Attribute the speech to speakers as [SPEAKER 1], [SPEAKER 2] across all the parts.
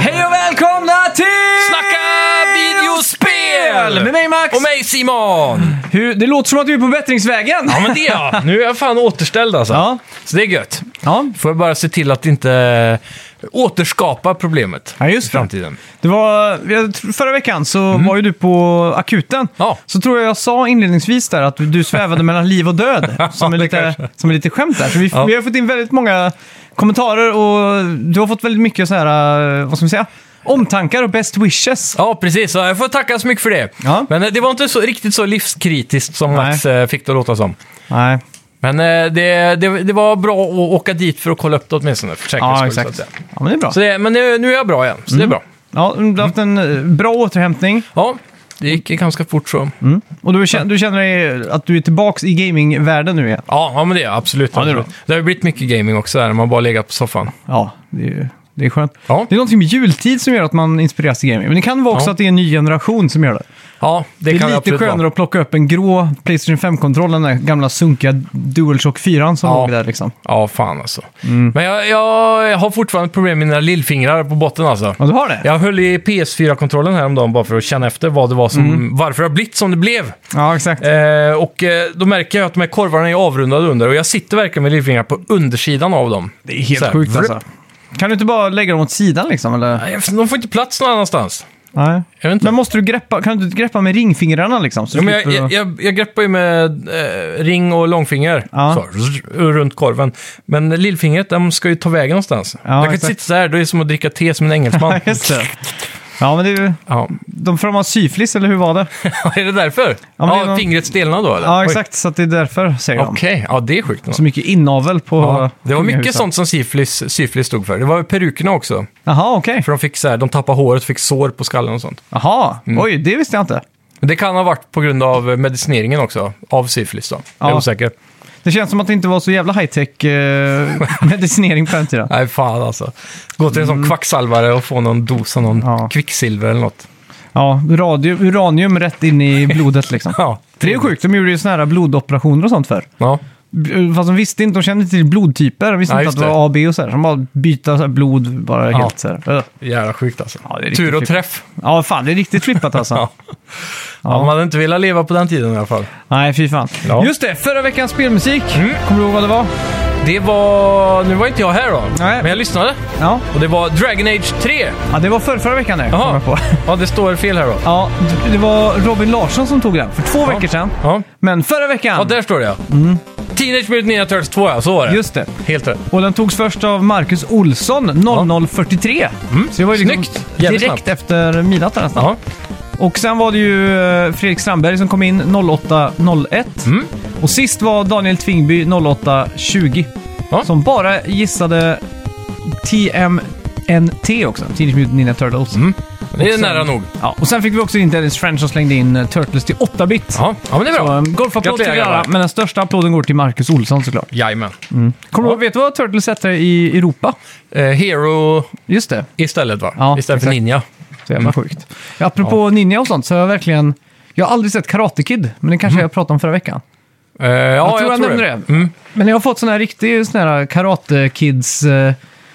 [SPEAKER 1] Hej och välkomna till...
[SPEAKER 2] Snacka videospel!
[SPEAKER 1] Med mig Max!
[SPEAKER 2] Och mig Simon!
[SPEAKER 1] Hur, det låter som att du är på bättringsvägen.
[SPEAKER 2] Ja men det är jag. Nu är jag fan återställd alltså.
[SPEAKER 1] Ja.
[SPEAKER 2] Så det är gött.
[SPEAKER 1] Ja.
[SPEAKER 2] Får jag bara se till att inte eh, återskapa problemet
[SPEAKER 1] Ja, just
[SPEAKER 2] i
[SPEAKER 1] det.
[SPEAKER 2] framtiden.
[SPEAKER 1] Det var, jag tror- förra veckan så var ju du på akuten.
[SPEAKER 2] Mm. Ja.
[SPEAKER 1] Så tror jag jag sa inledningsvis där att du svävade mellan liv och död. Som är
[SPEAKER 2] det
[SPEAKER 1] lite, som är lite skämt där. Så vi,
[SPEAKER 2] Ja.
[SPEAKER 1] vi har fått in väldigt många kommentarer och du har fått väldigt mycket så här, eh, vad ska man säga, omtankar och best wishes.
[SPEAKER 2] Ja, precis. Så jag får tacka så mycket för det.
[SPEAKER 1] Ja.
[SPEAKER 2] Men eh, det var inte så, riktigt så livskritiskt som Max eh, fick det att låta som.
[SPEAKER 1] Nej.
[SPEAKER 2] Men eh, det, det, det var bra att åka dit för att kolla upp det åtminstone, för säkerhets
[SPEAKER 1] Ja,
[SPEAKER 2] skull, så att
[SPEAKER 1] exakt.
[SPEAKER 2] säga.
[SPEAKER 1] Ja, men det är bra.
[SPEAKER 2] Så det, men nu, nu är jag bra igen, så det är bra.
[SPEAKER 1] Ja, du har haft en eh, bra återhämtning
[SPEAKER 2] Ja, det gick ganska fort så.
[SPEAKER 1] och du känner, du känner dig att du är tillbaka i gamingvärlden nu igen.
[SPEAKER 2] Ja, ja men det är jag, absolut.
[SPEAKER 1] Ja, det är bra.
[SPEAKER 2] absolut. det har ju blivit mycket gaming också där, man bara legat på soffan.
[SPEAKER 1] Ja, det är, ju- det är skönt.
[SPEAKER 2] Ja.
[SPEAKER 1] Det är någonting med jultid som gör att man inspireras till gaming. Men det kan vara också
[SPEAKER 2] Ja.
[SPEAKER 1] att det är en ny generation som gör det.
[SPEAKER 2] Ja, det,
[SPEAKER 1] Det,
[SPEAKER 2] kan
[SPEAKER 1] är
[SPEAKER 2] jag
[SPEAKER 1] lite
[SPEAKER 2] absolut
[SPEAKER 1] skönare
[SPEAKER 2] vara.
[SPEAKER 1] att plocka upp en grå Playstation 5-kontroll än den där gamla sunkiga DualShock 4 som
[SPEAKER 2] Ja.
[SPEAKER 1] låg där liksom.
[SPEAKER 2] Ja, fan alltså.
[SPEAKER 1] Mm.
[SPEAKER 2] Men jag, jag har fortfarande problem med mina lillfingrar på botten alltså.
[SPEAKER 1] Ja, du har det?
[SPEAKER 2] Jag höll i PS4-kontrollen häromdagen bara för att känna efter vad det var som,
[SPEAKER 1] Mm.
[SPEAKER 2] varför det har blivit som det blev.
[SPEAKER 1] Ja, exakt.
[SPEAKER 2] Eh, och eh, då märker jag att de här korvarna är avrundade under och jag sitter verkligen med lillfingrar på undersidan av dem.
[SPEAKER 1] Det är helt
[SPEAKER 2] så här,
[SPEAKER 1] sjukt
[SPEAKER 2] vrupp.
[SPEAKER 1] alltså. Kan du inte bara lägga dem åt sidan liksom? Eller?
[SPEAKER 2] Nej, De får inte plats någon annanstans.
[SPEAKER 1] Nej.
[SPEAKER 2] Jag vet inte.
[SPEAKER 1] Men måste du greppa, kan du inte greppa med ringfingrarna liksom? Så
[SPEAKER 2] Jo, men
[SPEAKER 1] slipper
[SPEAKER 2] jag,
[SPEAKER 1] du-
[SPEAKER 2] jag, jag, jag greppar ju med eh, ring och långfinger
[SPEAKER 1] Ja.
[SPEAKER 2] så, zzz, runt korven. Men lillfingret, de ska ju ta vägen någonstans.
[SPEAKER 1] Ja,
[SPEAKER 2] jag kan inte
[SPEAKER 1] exakt.
[SPEAKER 2] sitta så här, då är det som att dricka te som en engelsman.
[SPEAKER 1] Ja, Just det. Ja, men det är ju...
[SPEAKER 2] ja.
[SPEAKER 1] De får de ha syflis, eller hur var det?
[SPEAKER 2] är det därför?
[SPEAKER 1] men det
[SPEAKER 2] Ja,
[SPEAKER 1] är någon-
[SPEAKER 2] Fingret stelnade då eller?
[SPEAKER 1] Ja,
[SPEAKER 2] Oj.
[SPEAKER 1] exakt. Så att det är därför, säger de.
[SPEAKER 2] Okej, ja det är sjukt.
[SPEAKER 1] Så mycket inavel på...
[SPEAKER 2] Ja, det var mycket
[SPEAKER 1] kungahuset.
[SPEAKER 2] sånt som syfilis, syfilis stod för. Det var perukerna också.
[SPEAKER 1] Jaha, okej.
[SPEAKER 2] För de fick så här, de tappade håret och fick sår på skallen och sånt.
[SPEAKER 1] Jaha,
[SPEAKER 2] Mm.
[SPEAKER 1] oj, det visste jag inte.
[SPEAKER 2] Men det kan ha varit på grund av medicineringen också, av syfilis då. Jag är
[SPEAKER 1] Ja.
[SPEAKER 2] osäker.
[SPEAKER 1] Det känns som att det inte var så jävla high-tech eh, medicinering på den tiden.
[SPEAKER 2] Nej, fan alltså. Gå till en sån kvacksalvare och få någon dos av någon
[SPEAKER 1] Mm. Ja.
[SPEAKER 2] kvicksilver eller något.
[SPEAKER 1] Ja, radio, uranium rätt in i blodet liksom.
[SPEAKER 2] Ja,
[SPEAKER 1] Det är ju sjukt, de gjorde ju såna här blodoperationer och sånt för. eh,
[SPEAKER 2] Ja,
[SPEAKER 1] Fast de visste inte, de kände inte till blodtyper, de visste
[SPEAKER 2] Ja,
[SPEAKER 1] inte
[SPEAKER 2] just
[SPEAKER 1] att det
[SPEAKER 2] det.
[SPEAKER 1] var A, B och så här. De bara byta så här blod bara
[SPEAKER 2] Ja.
[SPEAKER 1] helt så här. Ugh.
[SPEAKER 2] jävla sjukt alltså.
[SPEAKER 1] Ja, det är riktigt
[SPEAKER 2] Tur och
[SPEAKER 1] sjukt.
[SPEAKER 2] träff.
[SPEAKER 1] Ja, fan, det är riktigt flippat alltså.
[SPEAKER 2] Ja. Ja. man hade inte velat leva på den tiden i alla fall.
[SPEAKER 1] Nej, fy fan.
[SPEAKER 2] Ja. Mm.
[SPEAKER 1] Just det, förra veckans spelmusik. Kommer du ihåg vad det var?
[SPEAKER 2] Det var... Nu var inte jag här då,
[SPEAKER 1] Nej.
[SPEAKER 2] men jag lyssnade.
[SPEAKER 1] Ja,
[SPEAKER 2] Och det var Dragon Age 3.
[SPEAKER 1] ja det var förra, förra veckan nu. kom
[SPEAKER 2] Jaha.
[SPEAKER 1] jag på.
[SPEAKER 2] Ja, det står fel här då.
[SPEAKER 1] Ja, d- det var Robin Larsson som tog den för två veckor sedan.
[SPEAKER 2] Ja,
[SPEAKER 1] Men förra veckan,
[SPEAKER 2] ja där står det ja. Teenage Mutant Ninja Turtles 2 ja, så var det.
[SPEAKER 1] Mm. just det.
[SPEAKER 2] Helt rätt.
[SPEAKER 1] Och den togs först av Marcus Olsson 0043. Så det var ju liksom
[SPEAKER 2] Mm. Snyggt! Jävligt
[SPEAKER 1] direkt
[SPEAKER 2] snabbt.
[SPEAKER 1] efter midnatt där nästan.
[SPEAKER 2] Ja.
[SPEAKER 1] Och sen var det ju eh, Fredrik Strandberg som kom in 0801.
[SPEAKER 2] Mm.
[SPEAKER 1] Och sist var Daniel Tvingby 0820.
[SPEAKER 2] Ja.
[SPEAKER 1] Som bara gissade TMNT också, Teenage Mutant Ninja Turtles.
[SPEAKER 2] Mm. Det är
[SPEAKER 1] Och sen-
[SPEAKER 2] nära nog.
[SPEAKER 1] Ja, och sen fick vi också in Dennis French som slängde in eh, Turtles till 8-bit.
[SPEAKER 2] Ja. ja, men det är
[SPEAKER 1] Så,
[SPEAKER 2] bra.
[SPEAKER 1] um, golfapplåd till
[SPEAKER 2] Gratulerar,
[SPEAKER 1] er alla,
[SPEAKER 2] grabbar.
[SPEAKER 1] men den största applåden går till Marcus Olsson såklart.
[SPEAKER 2] Jajamän.
[SPEAKER 1] Kommer du, vet du vad Turtles hette i Europa?
[SPEAKER 2] Eh, Hero
[SPEAKER 1] Just det.
[SPEAKER 2] istället va?
[SPEAKER 1] Ja,
[SPEAKER 2] istället för
[SPEAKER 1] exakt.
[SPEAKER 2] Ninja.
[SPEAKER 1] Så
[SPEAKER 2] Mm.
[SPEAKER 1] jävla sjukt. Ja, apropå ninja och sånt så har jag verkligen... Jag har aldrig sett Karate Kid, men det kanske jag pratade om förra veckan.
[SPEAKER 2] Eh, Mm. ja, jag
[SPEAKER 1] tror jag nämnde det.
[SPEAKER 2] Mm.
[SPEAKER 1] Men jag har fått sån här riktig sån här Karate Kids... eh,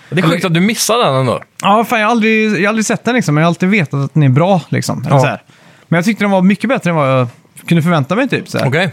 [SPEAKER 2] Det är sjukt att du missade den ändå.
[SPEAKER 1] Ja, fan, jag har aldrig, jag har aldrig sett den liksom, men jag har alltid vetat att den är bra liksom. Eller
[SPEAKER 2] Ja.
[SPEAKER 1] så här. Men jag tyckte den var mycket bättre än vad jag kunde förvänta mig typ. Så här.
[SPEAKER 2] Okej.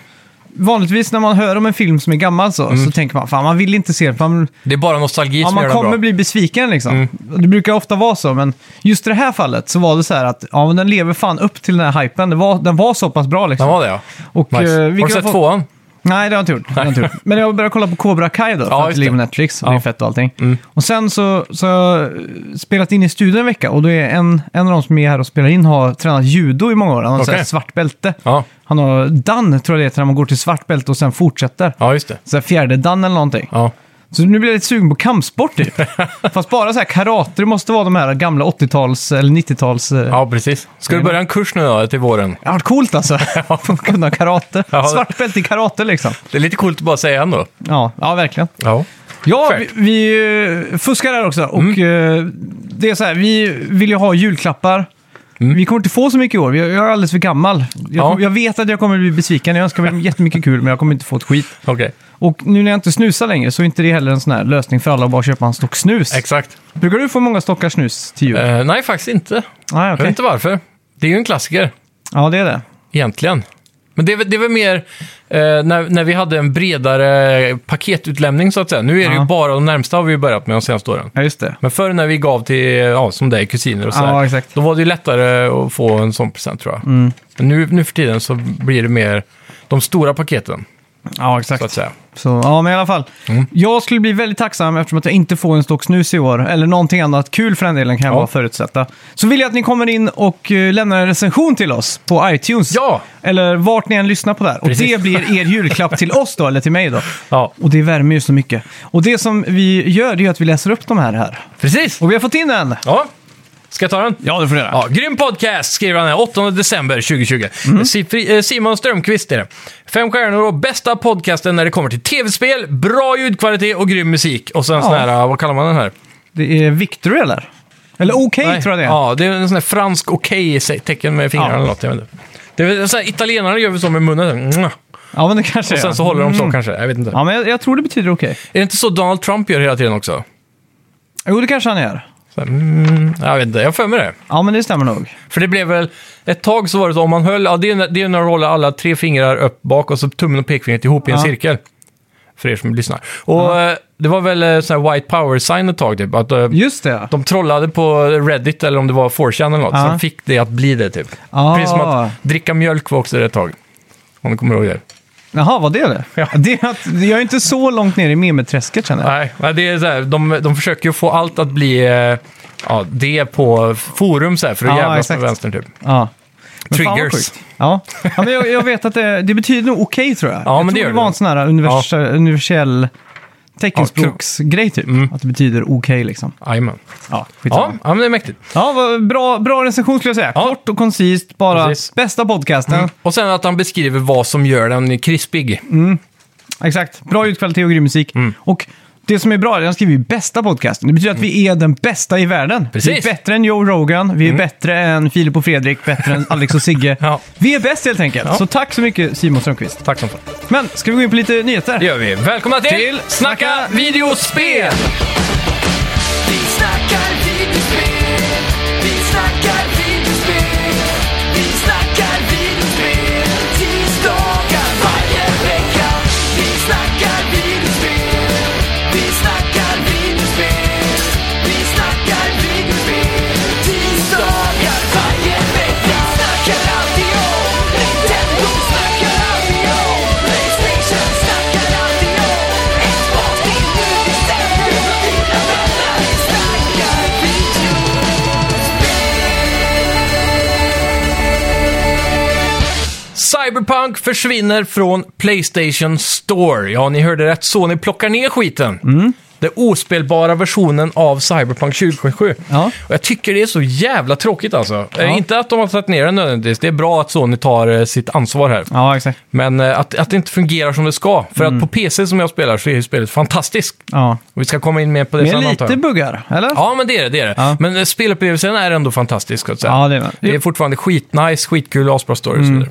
[SPEAKER 1] Vanligtvis när man hör om en film som är gammal så,
[SPEAKER 2] Mm.
[SPEAKER 1] så tänker man fan man vill inte se den. för Man,
[SPEAKER 2] Det är bara nostalgi
[SPEAKER 1] Ja,
[SPEAKER 2] som gör
[SPEAKER 1] man
[SPEAKER 2] den
[SPEAKER 1] kommer
[SPEAKER 2] bra. Mm.
[SPEAKER 1] bli besviken liksom. Det brukar ofta vara så, men just i det här fallet så var det så här att ja, men den lever fan upp till den här hypen. Det var, den var så pass bra liksom.
[SPEAKER 2] Den var det ja.
[SPEAKER 1] Och,
[SPEAKER 2] Nice.
[SPEAKER 1] eh,
[SPEAKER 2] har
[SPEAKER 1] vilket
[SPEAKER 2] du sett
[SPEAKER 1] fått-
[SPEAKER 2] tvåan?
[SPEAKER 1] Nej, det har jag inte gjort. Det har jag inte gjort. Men jag började kolla på Cobra Kai då, för
[SPEAKER 2] Ja,
[SPEAKER 1] att det
[SPEAKER 2] just
[SPEAKER 1] ligger på
[SPEAKER 2] det.
[SPEAKER 1] Netflix och
[SPEAKER 2] Ja. Mm.
[SPEAKER 1] det är fett och allting. Och sen så, så har jag spelat in i studion en vecka och då är en, en av de som är här och spelar in har tränat judo i många år. Han har okay.
[SPEAKER 2] Okej.
[SPEAKER 1] svart bälte.
[SPEAKER 2] Ja.
[SPEAKER 1] Han har dan, tror jag det heter, när man går till svart bälte och sen fortsätter.
[SPEAKER 2] ja, just det.
[SPEAKER 1] Så här fjärde dan eller någonting.
[SPEAKER 2] Ja.
[SPEAKER 1] Så nu blir jag lite sugen på kampsport typ. Fast bara så här karate, det måste vara de här gamla 80-tals eller 90-tals... eh,
[SPEAKER 2] Ja, precis. Ska du börja en kurs nu då, till våren?
[SPEAKER 1] Ja, coolt alltså. Att kunna karate.
[SPEAKER 2] Ja.
[SPEAKER 1] Svart bälte i karate liksom.
[SPEAKER 2] Det är lite coolt att bara säga ändå.
[SPEAKER 1] Ja, ja verkligen.
[SPEAKER 2] Ja.
[SPEAKER 1] Ja, vi,
[SPEAKER 2] Fair. Mm.
[SPEAKER 1] vi eh, fuskar här också. Och eh, det är så här, vi vill ju ha julklappar. Vi kommer inte få så mycket i år. Jag jag är alldeles för gammal. Jag,
[SPEAKER 2] Mm. Ja.
[SPEAKER 1] kom- jag vet att jag kommer bli besviken. Jag önskar mig jättemycket kul, men jag kommer inte få ett skit.
[SPEAKER 2] Okej,
[SPEAKER 1] Och nu när jag inte snusar längre så är inte det heller en sån här lösning för alla att bara köpa en stock snus.
[SPEAKER 2] exakt.
[SPEAKER 1] Brukar du få många stockar snus till jul?
[SPEAKER 2] Eh, nej, faktiskt inte.
[SPEAKER 1] Nej,
[SPEAKER 2] Jag
[SPEAKER 1] okej.
[SPEAKER 2] vet inte varför. Det är ju en klassiker,
[SPEAKER 1] Ja, det är det.
[SPEAKER 2] egentligen. Men det är, väl- det är väl mer eh, när, när vi hade en bredare paketutlämning, så att säga. Nu är det
[SPEAKER 1] Ja.
[SPEAKER 2] ju bara de närmsta har vi ju börjat med de senaste åren.
[SPEAKER 1] Ja, just det.
[SPEAKER 2] Men förr när vi gav till, ja, som dig, kusiner och så
[SPEAKER 1] Ja,
[SPEAKER 2] här,
[SPEAKER 1] exakt.
[SPEAKER 2] Då var det ju lättare att få en sån present, tror jag.
[SPEAKER 1] Mm.
[SPEAKER 2] Men nu, nu för tiden så blir det mer de stora paketen,
[SPEAKER 1] Ja,
[SPEAKER 2] så att
[SPEAKER 1] exakt.
[SPEAKER 2] säga. Mm.
[SPEAKER 1] Så, ja, men i alla fall. Jag skulle bli väldigt tacksam eftersom att jag inte får en stock snus i år. Eller någonting annat kul för den delen kan jag
[SPEAKER 2] Ja.
[SPEAKER 1] bara förutsätta. Så vill jag att ni kommer in och eh, lämnar en recension till oss på iTunes.
[SPEAKER 2] Ja!
[SPEAKER 1] Eller vart ni än lyssnar på det här. Och
[SPEAKER 2] Precis.
[SPEAKER 1] det blir er julklapp till oss då, eller till mig då.
[SPEAKER 2] Ja,
[SPEAKER 1] Och det värmer ju så mycket. Och det som vi gör det är ju att vi läser upp de här här.
[SPEAKER 2] precis!
[SPEAKER 1] Och vi har fått in en!
[SPEAKER 2] Ja, ska jag ta den?
[SPEAKER 1] Ja, det får du göra.
[SPEAKER 2] Ja, grym podcast skriver han här, 8 december 2020.
[SPEAKER 1] Mm.
[SPEAKER 2] Sifri- eh, Simon Strömqvist är det. Fem stjärnor och bästa podcasten när det kommer till tv-spel, bra ljudkvalitet och grym musik. Och sen sån
[SPEAKER 1] Ja.
[SPEAKER 2] här, eh, vad kallar man den här?
[SPEAKER 1] Det är Victor eller? Eller OK
[SPEAKER 2] Nej.
[SPEAKER 1] tror jag det är.
[SPEAKER 2] Ja, det är en sån här fransk okej-tecken med fingrarna
[SPEAKER 1] Ja.
[SPEAKER 2] eller något. Jag vet inte. Det är väl så här, italienarna gör väl så med munnen. så här,
[SPEAKER 1] Ja, men det Mm. kanske
[SPEAKER 2] Och
[SPEAKER 1] är.
[SPEAKER 2] sen så håller de så kanske, jag vet inte.
[SPEAKER 1] Ja, men jag, jag tror det betyder okej.
[SPEAKER 2] Är det inte så Donald Trump gör hela tiden också?
[SPEAKER 1] Jo, det kanske han är.
[SPEAKER 2] Så här, mm, jag vet inte, jag har för mig det.
[SPEAKER 1] Ja, men det stämmer nog.
[SPEAKER 2] För det blev väl, ett tag så var det så om man höll, ja det är, när- det är när du håller alla tre fingrar upp bak och så tummen och pekfingret ihop i en
[SPEAKER 1] Ja.
[SPEAKER 2] cirkel. För er som lyssnar. Och eh, det var väl eh, sån här white power-sign ett tag typ. Att eh,
[SPEAKER 1] Just det.
[SPEAKER 2] de trollade på Reddit eller om det var 4chan eller något.
[SPEAKER 1] Ja.
[SPEAKER 2] Så fick det att bli det typ.
[SPEAKER 1] Ah.
[SPEAKER 2] Precis som att dricka mjölk var också det ett tag. Om du kommer ihåg det.
[SPEAKER 1] Jaha, vad det är det?
[SPEAKER 2] Ja.
[SPEAKER 1] det är att, jag är inte så långt ner i memeträsket känner jag.
[SPEAKER 2] Nej, nej, det är så här, de, de försöker ju få allt att bli eh, ja, det på forum så här, för att
[SPEAKER 1] Ja,
[SPEAKER 2] jävlas
[SPEAKER 1] exakt.
[SPEAKER 2] med vänstern typ.
[SPEAKER 1] Ja. Men fan vad
[SPEAKER 2] Triggers.
[SPEAKER 1] sjukt. Ja. ja, men jag, jag vet att det, det betyder nog okej tror jag.
[SPEAKER 2] Ja,
[SPEAKER 1] jag tror
[SPEAKER 2] men det gör
[SPEAKER 1] var
[SPEAKER 2] det.
[SPEAKER 1] en sån här univers, universell teckenspråksgrej typ.
[SPEAKER 2] Mm.
[SPEAKER 1] Att det betyder okej liksom.
[SPEAKER 2] Jajamän.
[SPEAKER 1] Ja,
[SPEAKER 2] Ja,
[SPEAKER 1] skitsamma.
[SPEAKER 2] ja, men det är mäktigt.
[SPEAKER 1] Ja, vad bra, bra recension skulle jag säga.
[SPEAKER 2] Ja.
[SPEAKER 1] Kort och koncist, bara
[SPEAKER 2] Precis.
[SPEAKER 1] bästa podcasten.
[SPEAKER 2] Och sen att han beskriver vad som gör den krispig.
[SPEAKER 1] Mm. Exakt. Bra ljudkvalitet och grym musik.
[SPEAKER 2] Mm.
[SPEAKER 1] Och det som är bra, den skriver ju bästa podcasten. Det betyder att vi är den bästa i världen. Vi är
[SPEAKER 2] Precis. Mm.
[SPEAKER 1] bättre än Joe Rogan, vi är bättre än Filip och Fredrik, bättre än Alex och Sigge.
[SPEAKER 2] Ja.
[SPEAKER 1] Vi är bäst helt enkelt.
[SPEAKER 2] Ja.
[SPEAKER 1] Så tack så mycket Simon Strömqvist.
[SPEAKER 2] Tack som fan.
[SPEAKER 1] Men ska vi gå in på lite nyheter?
[SPEAKER 2] Det gör vi. Välkomna till,
[SPEAKER 1] Till
[SPEAKER 2] Snacka videospel!
[SPEAKER 3] Vi snackar videospel, vi snackar videospel, vi snackar videospel, tisdagar varje vecka. Vi snackar videospel, vi snackar videospel, vi snackar videospel, tisdagar varje vecka. Snackar alltid om Nintendo, snackar alltid om Playstation, snackar alltid om Xbox, det är nu vi sänder. Mina vänner, vi snackar video.
[SPEAKER 2] Cyberpunk försvinner från Playstation Store. Ja, ni hörde rätt. Sony plockar ner skiten.
[SPEAKER 1] Mm.
[SPEAKER 2] Den ospelbara versionen av Cyberpunk 2077.
[SPEAKER 1] Ja.
[SPEAKER 2] Och jag tycker det är så jävla tråkigt alltså. Eh, Inte att de har tagit ner den nödvändigtvis. Det är bra att Sony tar eh, sitt ansvar här.
[SPEAKER 1] Ja, exakt.
[SPEAKER 2] Men eh, att, att det inte fungerar som det ska. För att på PC som jag spelar så är ju spelet fantastiskt.
[SPEAKER 1] Ja.
[SPEAKER 2] Och vi ska komma in mer på det
[SPEAKER 1] Med
[SPEAKER 2] sen antar
[SPEAKER 1] lite
[SPEAKER 2] jag.
[SPEAKER 1] buggar, eller?
[SPEAKER 2] Ja, men det är det. det, är det.
[SPEAKER 1] Ja.
[SPEAKER 2] Men eh, spelupplevelsen är ändå fantastisk. Ska jag säga.
[SPEAKER 1] Ja, det är det.
[SPEAKER 2] det är fortfarande skitnice, skitkul, asbra story och så vidare.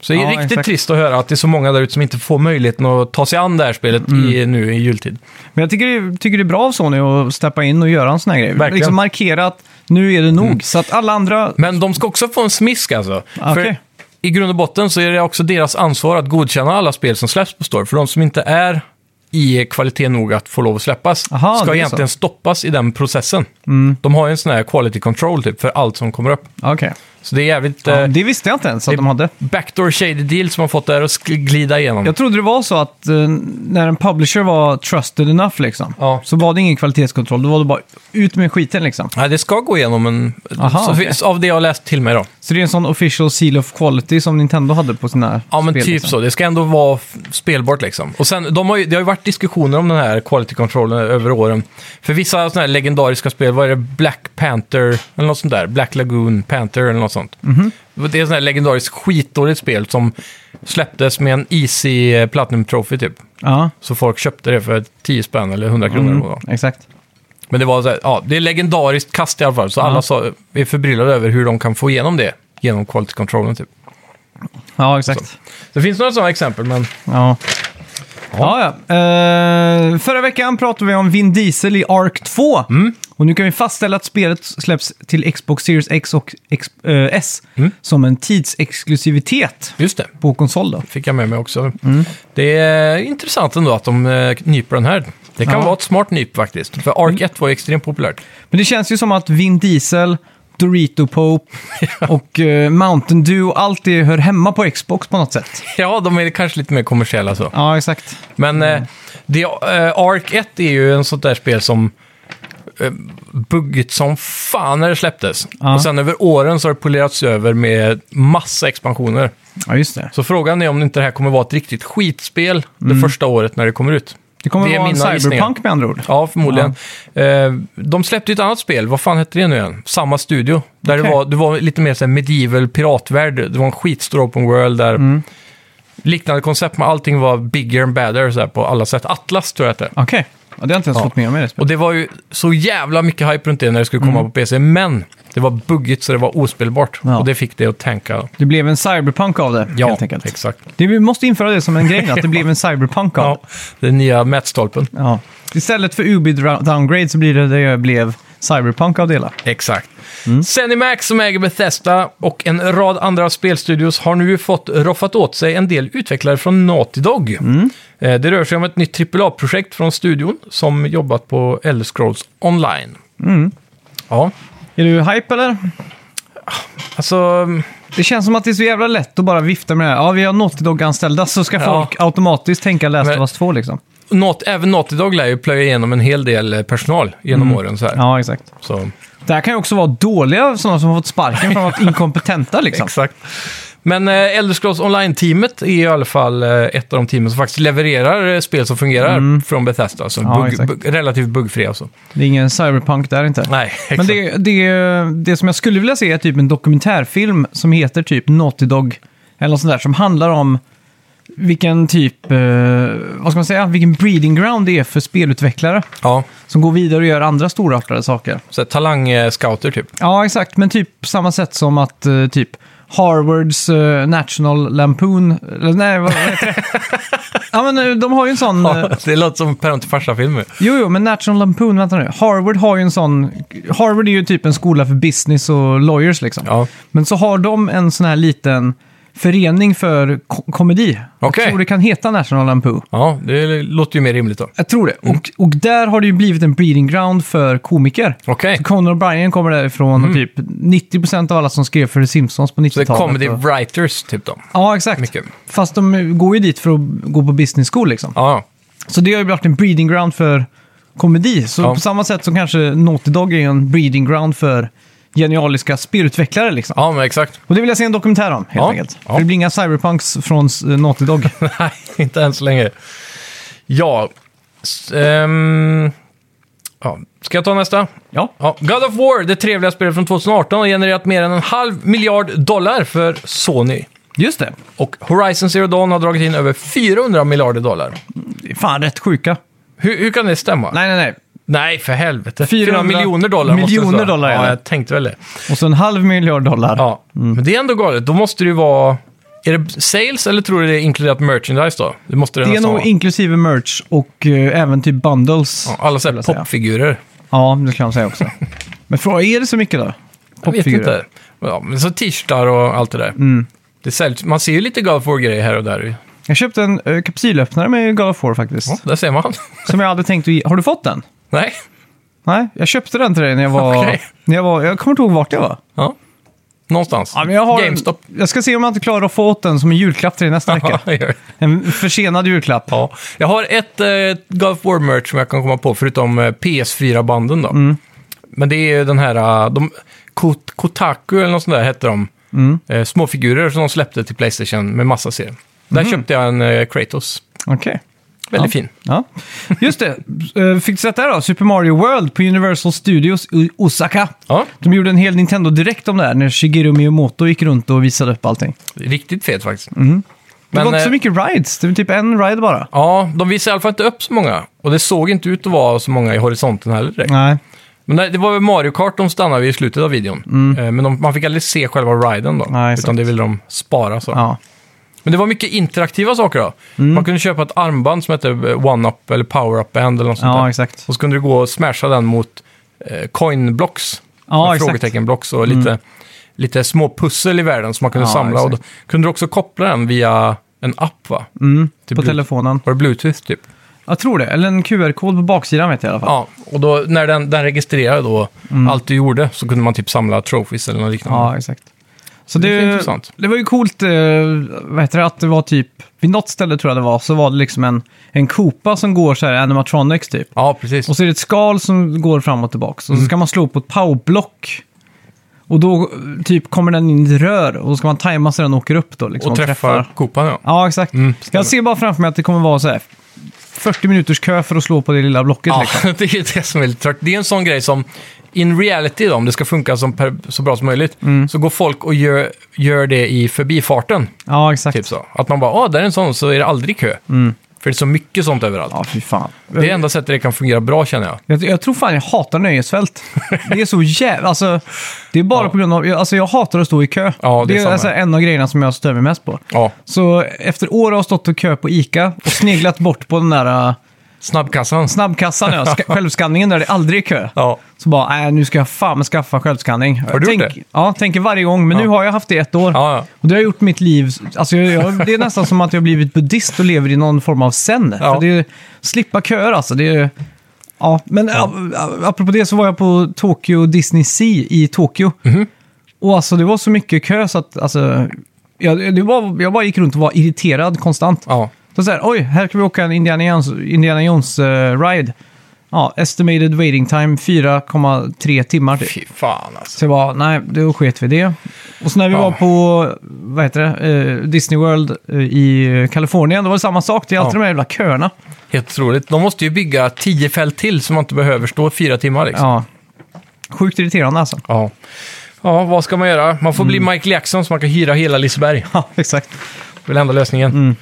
[SPEAKER 2] Så det är
[SPEAKER 1] Ja,
[SPEAKER 2] riktigt
[SPEAKER 1] exakt.
[SPEAKER 2] trist att höra att det är så många där ute som inte får möjligheten att ta sig an det här spelet
[SPEAKER 1] Mm.
[SPEAKER 2] i, nu i jultid.
[SPEAKER 1] Men jag tycker det, tycker det är bra av Sony att steppa in och göra en sån här grej.
[SPEAKER 2] Verkligen. Mm.
[SPEAKER 1] Liksom markera att nu är det nog. Så att alla andra...
[SPEAKER 2] Men de ska också få en smisk alltså.
[SPEAKER 1] Okej.
[SPEAKER 2] För i grund och botten så är det också deras ansvar att godkänna alla spel som släpps på Store. För de som inte är i kvalitet nog att få lov att släppas
[SPEAKER 1] Aha, det är
[SPEAKER 2] ska
[SPEAKER 1] så. Mm.
[SPEAKER 2] egentligen stoppas i den processen. De har ju en sån här quality control typ för allt som kommer upp.
[SPEAKER 1] Okej.
[SPEAKER 2] Så det är jävligt
[SPEAKER 1] Ja,
[SPEAKER 2] eh,
[SPEAKER 1] det visste jag inte ens att
[SPEAKER 2] det-
[SPEAKER 1] de hade.
[SPEAKER 2] backdoor shady deal som man fått där och sk- glida igenom.
[SPEAKER 1] Jag trodde det var så att eh, när en publisher var trusted enough liksom,
[SPEAKER 2] Ja.
[SPEAKER 1] så var det ingen kvalitetskontroll. Då var det bara ut med skiten liksom.
[SPEAKER 2] Nej, det ska gå igenom, men
[SPEAKER 1] Aha,
[SPEAKER 2] så,
[SPEAKER 1] okej.
[SPEAKER 2] av det jag har läst till mig då.
[SPEAKER 1] Så det är en sån official seal of quality som Nintendo hade på sina
[SPEAKER 2] Ja, men
[SPEAKER 1] spel.
[SPEAKER 2] typ
[SPEAKER 1] liksom.
[SPEAKER 2] så. Det ska ändå vara f- spelbart liksom. Och sen, de har ju, det har ju varit diskussioner om den här quality controllen över åren. För vissa sådana här legendariska spel, vad är det? Black Panther eller något sånt där. Black Lagoon Panther eller något sånt. Det är sådana här legendariskt skitdåligt spel som släpptes med en Easy eh, Platinum Trophy typ.
[SPEAKER 1] Ja,
[SPEAKER 2] Så folk köpte det för 10 spänn eller 100 kronor.
[SPEAKER 1] mm,
[SPEAKER 2] Då.
[SPEAKER 1] exakt.
[SPEAKER 2] Men det var så här, ja, det är legendariskt kast i alla fall. Så alla sa, är förbryllade över hur de kan få igenom det genom quality controllen typ.
[SPEAKER 1] Ja, exakt.
[SPEAKER 2] Det finns några sådana exempel, men...
[SPEAKER 1] Ja. Ja, ja. Eh, förra veckan pratade vi om Vin Diesel i Ark 2.
[SPEAKER 2] Mm.
[SPEAKER 1] Och nu kan vi fastställa att spelet släpps till Xbox Series X och X, eh, S
[SPEAKER 2] Mm.
[SPEAKER 1] som en tidsexklusivitet
[SPEAKER 2] Just det.
[SPEAKER 1] på konsol. Då.
[SPEAKER 2] fick jag med mig också.
[SPEAKER 1] Mm.
[SPEAKER 2] Det är intressant ändå att de eh, nyper den här. Det kan
[SPEAKER 1] Ja. Mm.
[SPEAKER 2] vara ett smart nyp faktiskt, för Ark 1 var ju extremt populärt.
[SPEAKER 1] Men det känns ju som att Vin Diesel, Dorito Pope och eh, Mountain Dew alltid hör hemma på Xbox på något sätt.
[SPEAKER 2] Ja, de är kanske lite mer kommersiella så.
[SPEAKER 1] Ja, exakt.
[SPEAKER 2] Men eh, det, eh, Ark 1 är ju en sånt där spel som eh, buggigt som fan när det släpptes.
[SPEAKER 1] Ja.
[SPEAKER 2] Och sen över åren så har det polerats över med massa expansioner.
[SPEAKER 1] Ja, just det.
[SPEAKER 2] Så frågan är om inte det här kommer vara ett riktigt skitspel
[SPEAKER 1] Mm.
[SPEAKER 2] det första året när det kommer ut.
[SPEAKER 1] Det kommer
[SPEAKER 2] Det är
[SPEAKER 1] vara en
[SPEAKER 2] mina gissningar.
[SPEAKER 1] cyberpunk med andra ord.
[SPEAKER 2] Ja, förmodligen. Eh, de släppte ju ett annat spel, vad fan hette det nu igen? Samma studio. Där
[SPEAKER 1] Okej.
[SPEAKER 2] det, var, det var lite mer så här medieval piratvärld. Det var en skitstor open world där.
[SPEAKER 1] Mm.
[SPEAKER 2] Liknande koncept, men allting var bigger and badder så här, på alla sätt. Atlas tror jag det hette.
[SPEAKER 1] Okej, ja, det har jag inte ens fått med mig. Det
[SPEAKER 2] Och
[SPEAKER 1] spelet.
[SPEAKER 2] det var ju så jävla mycket hype runt det när det skulle komma på PC, men det var buggigt så det var ospelbart.
[SPEAKER 1] Mm. Ja.
[SPEAKER 2] Och det fick det att tänka.
[SPEAKER 1] det blev en cyberpunk av det,
[SPEAKER 2] Ja,
[SPEAKER 1] helt enkelt.
[SPEAKER 2] exakt.
[SPEAKER 1] Det, vi måste införa det som en grej, att det blev en cyberpunk av
[SPEAKER 2] Ja, den nya mätstolpen.
[SPEAKER 1] det. ja. Istället för Ubi dra- downgrade så blir det det jag blev cyberpunk av det hela.
[SPEAKER 2] Exakt. Zenimax som äger Bethesda och en rad andra spelstudios har nu fått roffat åt sig en del utvecklare från Naughty Dog. Eh, Det rör sig om ett nytt AAA-projekt från studion som jobbat på Elder Scrolls Online. Ja,
[SPEAKER 1] Är du hype eller?
[SPEAKER 2] alltså...
[SPEAKER 1] Det känns som att det är så jävla lätt att bara vifta med det här. Ja, vi har Naughty Dog-anställda så ska
[SPEAKER 2] Ja.
[SPEAKER 1] folk automatiskt tänka Last of
[SPEAKER 2] Men-
[SPEAKER 1] Us 2 liksom.
[SPEAKER 2] Naut, även Naughty Dog lär ju plöja igenom en hel del eh, personal genom åren. Så här.
[SPEAKER 1] Ja, exakt.
[SPEAKER 2] Så,
[SPEAKER 1] Det här kan ju också vara dåliga sådana som har fått sparken för att vara inkompetenta liksom.
[SPEAKER 2] exakt. Men eh, Elder Scrolls Online-teamet är i alla fall eh, ett av de teamen som faktiskt levererar eh, spel som fungerar från Bethesda. Så
[SPEAKER 1] Mm. Ja,
[SPEAKER 2] bugg,
[SPEAKER 1] exakt.
[SPEAKER 2] bugg, relativt buggfria och så.
[SPEAKER 1] Det är ingen cyberpunk där inte.
[SPEAKER 2] Nej, exakt.
[SPEAKER 1] Men det, det, det som jag skulle vilja se är typ en dokumentärfilm som heter typ Naughty Dog eller något sånt där som handlar om vilken typ, eh, vad ska man säga, vilken breeding ground det är för spelutvecklare
[SPEAKER 2] Ja,
[SPEAKER 1] som går vidare och gör andra storartade saker.
[SPEAKER 2] så här, talangscouter typ.
[SPEAKER 1] Ja, exakt, men typ på samma sätt som att eh, typ Harvards eh, National Lampoon, eller nej, vad, vad heter det? ja, men eh, de har ju en sån... eh,
[SPEAKER 2] det låter som Päron till farsa-filmer.
[SPEAKER 1] Jo, jo, men National Lampoon, vänta nu. Harvard har ju en sån... Harvard är ju typ en skola för business och lawyers liksom.
[SPEAKER 2] Ja.
[SPEAKER 1] Men så har de en sån här liten förening för ko- komedi.
[SPEAKER 2] Okej.
[SPEAKER 1] Jag tror det kan heta National Lampoon.
[SPEAKER 2] ja, det låter ju mer rimligt då.
[SPEAKER 1] Jag tror det. Och, och där har det ju blivit en breeding ground för komiker.
[SPEAKER 2] Okej, Mm.
[SPEAKER 1] Så Conan O'Brien kommer därifrån och typ 90% av alla som skrev för The Simpsons på
[SPEAKER 2] så det
[SPEAKER 1] 90-talet.
[SPEAKER 2] är comedy
[SPEAKER 1] Och-
[SPEAKER 2] writers typ då.
[SPEAKER 1] Ja, exakt.
[SPEAKER 2] Mycket.
[SPEAKER 1] Fast de går ju dit för att gå på business school liksom.
[SPEAKER 2] Ja,
[SPEAKER 1] Så det har ju varit en breeding ground för komedi. Så
[SPEAKER 2] Ja.
[SPEAKER 1] på samma sätt som kanske Naughty Dog är en breeding ground för genialiska spelutvecklare. Liksom.
[SPEAKER 2] ja men exakt.
[SPEAKER 1] Och det vill jag se en dokumentär om, helt
[SPEAKER 2] Ja.
[SPEAKER 1] enkelt.
[SPEAKER 2] Ja.
[SPEAKER 1] För det blir inga cyberpunks från eh, Naughty Dog.
[SPEAKER 2] Nej, inte än så länge. Ja, s- ehm, ja, ska jag ta nästa?
[SPEAKER 1] ja.
[SPEAKER 2] Ja, God of War, det trevliga spelet från 2018, har genererat mer än en halv miljard dollar för Sony.
[SPEAKER 1] Just det.
[SPEAKER 2] Och Horizon Zero Dawn har dragit in över 400 miljarder dollar.
[SPEAKER 1] Det är Fan, rätt sjuka.
[SPEAKER 2] Hur, hur kan det stämma?
[SPEAKER 1] Nej, nej, nej.
[SPEAKER 2] Nej, för helvete.
[SPEAKER 1] 400
[SPEAKER 2] 400 miljoner dollar måste det
[SPEAKER 1] miljoner
[SPEAKER 2] stå.
[SPEAKER 1] dollar,
[SPEAKER 2] ja.
[SPEAKER 1] ja. Mm.
[SPEAKER 2] Jag tänkte väl det.
[SPEAKER 1] Och så en halv miljard dollar.
[SPEAKER 2] Ja. Men det är ändå galet. Då måste det ju vara... Är det sales eller tror du det är inkluderat merchandise då? Det måste det,
[SPEAKER 1] Det är
[SPEAKER 2] nästan
[SPEAKER 1] nog
[SPEAKER 2] vara.
[SPEAKER 1] inklusive merch och eh, även typ bundles.
[SPEAKER 2] Ja, alla så
[SPEAKER 1] skulle
[SPEAKER 2] här
[SPEAKER 1] jag säga.
[SPEAKER 2] popfigurer.
[SPEAKER 1] Ja, det kan man säga också. Men frågan är det så mycket då?
[SPEAKER 2] Jag vet
[SPEAKER 1] Popfigurer. Mm.
[SPEAKER 2] inte. Ja, men så t-shirtar och allt det där. Det säljs, man ser ju lite God of War-grejer här och där.
[SPEAKER 1] Jag köpte en eh, kapsylöppnare med God of War faktiskt.
[SPEAKER 2] Ja, där ser man.
[SPEAKER 1] Som jag hade tänkt att ge. Har du fått den?
[SPEAKER 2] Nej.
[SPEAKER 1] Nej, jag köpte den till dig när jag var...
[SPEAKER 2] Okej.
[SPEAKER 1] När jag, var jag kommer inte ihåg vart jag var.
[SPEAKER 2] Ja. Någonstans.
[SPEAKER 1] Ja, men jag, har,
[SPEAKER 2] GameStop.
[SPEAKER 1] jag ska se om jag inte klarar att få åt den som en julklapp till dig nästa vecka.
[SPEAKER 2] Ja, gör det.
[SPEAKER 1] En försenad julklapp.
[SPEAKER 2] Ja. Jag har ett eh, God of War-merch som jag kan komma på, förutom eh, PS4-banden då.
[SPEAKER 1] Mm.
[SPEAKER 2] Men det är ju den här, eh, de, Kot- Kotaku eller något sånt där hette de.
[SPEAKER 1] Mm.
[SPEAKER 2] Eh, småfigurer som de släppte till Playstation med massa serier. Där köpte jag en eh, Kratos.
[SPEAKER 1] Okej.
[SPEAKER 2] Väldigt fin.
[SPEAKER 1] Mm. Ja. Just det. Eh, Fick du sett det här då? Super Mario World på Universal Studios i Osaka.
[SPEAKER 2] Ja,
[SPEAKER 1] De gjorde en hel Nintendo direkt om det här när Shigeru Miyamoto gick runt och visade upp allting.
[SPEAKER 2] riktigt fet faktiskt.
[SPEAKER 1] Mm. Det
[SPEAKER 2] Men,
[SPEAKER 1] var inte så
[SPEAKER 2] eh,
[SPEAKER 1] mycket rides, det var typ en ride bara.
[SPEAKER 2] Ja, de visade i alla fall inte upp så många. Och det såg inte ut att vara så många i horisonten heller direkt.
[SPEAKER 1] Nej.
[SPEAKER 2] Men nej, det var väl Mario Kart de stannade vid i slutet av videon. Eh, Men de, man fick aldrig se själva riden då.
[SPEAKER 1] Mm. Nej,
[SPEAKER 2] utan
[SPEAKER 1] exakt.
[SPEAKER 2] det ville de spara så.
[SPEAKER 1] Ja. Mm.
[SPEAKER 2] Men det var mycket interaktiva saker då. Man kunde köpa ett armband som hette eh, One-Up eller Power-Up Band eller något sånt
[SPEAKER 1] ja,
[SPEAKER 2] där.
[SPEAKER 1] exakt.
[SPEAKER 2] Och så kunde du gå och smasha den mot eh, coin-blocks.
[SPEAKER 1] Ja,
[SPEAKER 2] med
[SPEAKER 1] exakt. Mm.
[SPEAKER 2] Frågetecken-blocks och lite, lite små pussel i världen som man kunde
[SPEAKER 1] Ja,
[SPEAKER 2] samla. Och då
[SPEAKER 1] exakt.
[SPEAKER 2] kunde du också koppla den via en app va?
[SPEAKER 1] Mm,
[SPEAKER 2] Till
[SPEAKER 1] på
[SPEAKER 2] Bluetooth.
[SPEAKER 1] telefonen.
[SPEAKER 2] Var det Bluetooth typ?
[SPEAKER 1] Jag tror det, eller en QR-kod på baksidan vet jag i alla fall.
[SPEAKER 2] Ja, och då, när den, den registrerade då allt du gjorde så kunde man typ samla trophies eller något liknande.
[SPEAKER 1] Ja, exakt. Mm. Så det,
[SPEAKER 2] Det är
[SPEAKER 1] det,
[SPEAKER 2] intressant.
[SPEAKER 1] var ju coolt, eh, vad heter det, att det var typ, vid något ställe tror jag det var, så var det liksom en, en kopa som går så här animatronics typ.
[SPEAKER 2] Ja, precis.
[SPEAKER 1] Och så är det ett skal som går fram och tillbaka. Och
[SPEAKER 2] Mm.
[SPEAKER 1] så ska man slå på ett powerblock. Och då eh, typ kommer den in i ett rör och då ska man tajma så den åker upp då. Liksom,
[SPEAKER 2] och träffa Koopan ja.
[SPEAKER 1] Ja, exakt.
[SPEAKER 2] stämmer.
[SPEAKER 1] jag ser bara framför mig att det kommer vara så här 40 minuters kö för att slå på det lilla blocket.
[SPEAKER 2] Ja,
[SPEAKER 1] Liksom.
[SPEAKER 2] det är ju det som är lite trött. Det är en sån grej som, in reality då, om det ska funka som per, så bra som möjligt, så går folk och gör, gör det i förbifarten.
[SPEAKER 1] Ja, exakt.
[SPEAKER 2] Typ så. Att man bara, ah, där är en sån, så är det aldrig kö. För det är så mycket sånt överallt.
[SPEAKER 1] Ja, fy fan.
[SPEAKER 2] Det är enda sättet det kan fungera bra känner jag.
[SPEAKER 1] Jag, jag tror fan jag hatar nöjesfält. Det är så jävla... Alltså, det är bara
[SPEAKER 2] Ja.
[SPEAKER 1] på grund av... jag- Alltså, jag hatar att stå i kö.
[SPEAKER 2] Ja, det är
[SPEAKER 1] är
[SPEAKER 2] samma.
[SPEAKER 1] alltså, en av grejerna som jag stör mig mest på.
[SPEAKER 2] Ja,
[SPEAKER 1] Så efter år har jag stått i kö på ICA och sneglat bort på den där äh,
[SPEAKER 2] snabbkassan.
[SPEAKER 1] snabbkassan, ja, ska- självskanningen där det aldrig är kö.
[SPEAKER 2] Ja.
[SPEAKER 1] Så bara, nej nu ska jag fan med skaffa självskanning. Har
[SPEAKER 2] du gjort
[SPEAKER 1] Tänk,
[SPEAKER 2] det?
[SPEAKER 1] Ja, tänker varje gång, men nu har jag haft det i ett år.
[SPEAKER 2] Ja, ja.
[SPEAKER 1] Och det har gjort mitt liv, alltså jag, jag, det är nästan som att jag blivit buddhist och lever i någon form av zen.
[SPEAKER 2] Ja.
[SPEAKER 1] För det är, slippa köer alltså, det är, ja. Men ap- apropå det så var jag på Tokyo Disney Sea i Tokyo.
[SPEAKER 2] Mhm.
[SPEAKER 1] Och alltså det var så mycket kö så att, alltså, jag, det var, jag bara gick runt och var irriterad konstant.
[SPEAKER 2] Ja.
[SPEAKER 1] Så såhär, oj, här kan vi åka en Indiana Jones-ride. Indiana Jones, eh, ride. ja, estimated waiting time 4,3 timmar typ.
[SPEAKER 2] Fy fan alltså.
[SPEAKER 1] Så jag bara, nej, då sket vi det. Och så när vi
[SPEAKER 2] Ja.
[SPEAKER 1] var på, vad heter det, eh, Disney World eh, i Kalifornien, då var det samma sak. Det är alltid
[SPEAKER 2] Ja.
[SPEAKER 1] de här jävla köerna.
[SPEAKER 2] Helt otroligt. De måste ju bygga tio fält till så man inte behöver stå fyra timmar liksom.
[SPEAKER 1] Ja. Sjukt irriterande alltså.
[SPEAKER 2] Ja. Ja, vad ska man göra? Man får
[SPEAKER 1] Mm.
[SPEAKER 2] bli Michael Jackson så man kan hyra hela Liseberg.
[SPEAKER 1] Ja, exakt.
[SPEAKER 2] Det är väl enda lösningen.
[SPEAKER 1] Mm.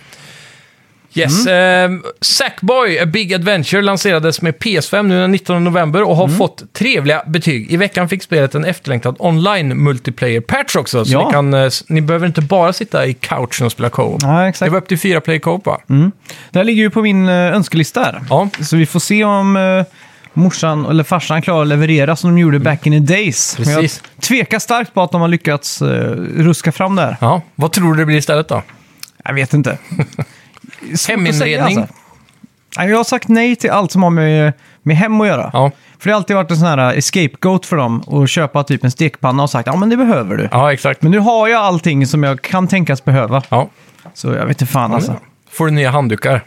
[SPEAKER 2] Yes. ehm, Sackboy, A Big Adventure lanserades med PS5 nu den 19 november och har
[SPEAKER 1] Mm.
[SPEAKER 2] fått trevliga betyg. I veckan fick spelet en efterlängtad online multiplayer patch också. Så
[SPEAKER 1] Ja.
[SPEAKER 2] ni, kan, eh, s- ni behöver inte bara sitta i couchen och spela co-op.
[SPEAKER 1] Ja,
[SPEAKER 2] Det
[SPEAKER 1] exakt.
[SPEAKER 2] var upp till fyra player co-op va?
[SPEAKER 1] Mm. Det här ligger ju på min eh, önskelista här.
[SPEAKER 2] Ja.
[SPEAKER 1] Så vi får se om eh, morsan eller farsan klarar att leverera som de gjorde back in the days. Men
[SPEAKER 2] Precis.
[SPEAKER 1] Jag tvekar starkt på att de har lyckats eh, ruska fram det här.
[SPEAKER 2] ja. Vad tror du det blir istället då?
[SPEAKER 1] Jag vet inte. Svårt att säga,
[SPEAKER 2] Heminredning?
[SPEAKER 1] alltså. Nej, Jag har sagt nej till allt som har med, med hem att göra.
[SPEAKER 2] Ja,
[SPEAKER 1] För det har alltid varit en sån här eh, escape goat för dem att köpa typ en stekpanna och sagt ja men det behöver du.
[SPEAKER 2] ja exakt.
[SPEAKER 1] Men nu har jag allting som jag kan tänkas behöva.
[SPEAKER 2] Ja.
[SPEAKER 1] Så jag vet inte fan alltså.
[SPEAKER 2] Får du nya handdukar?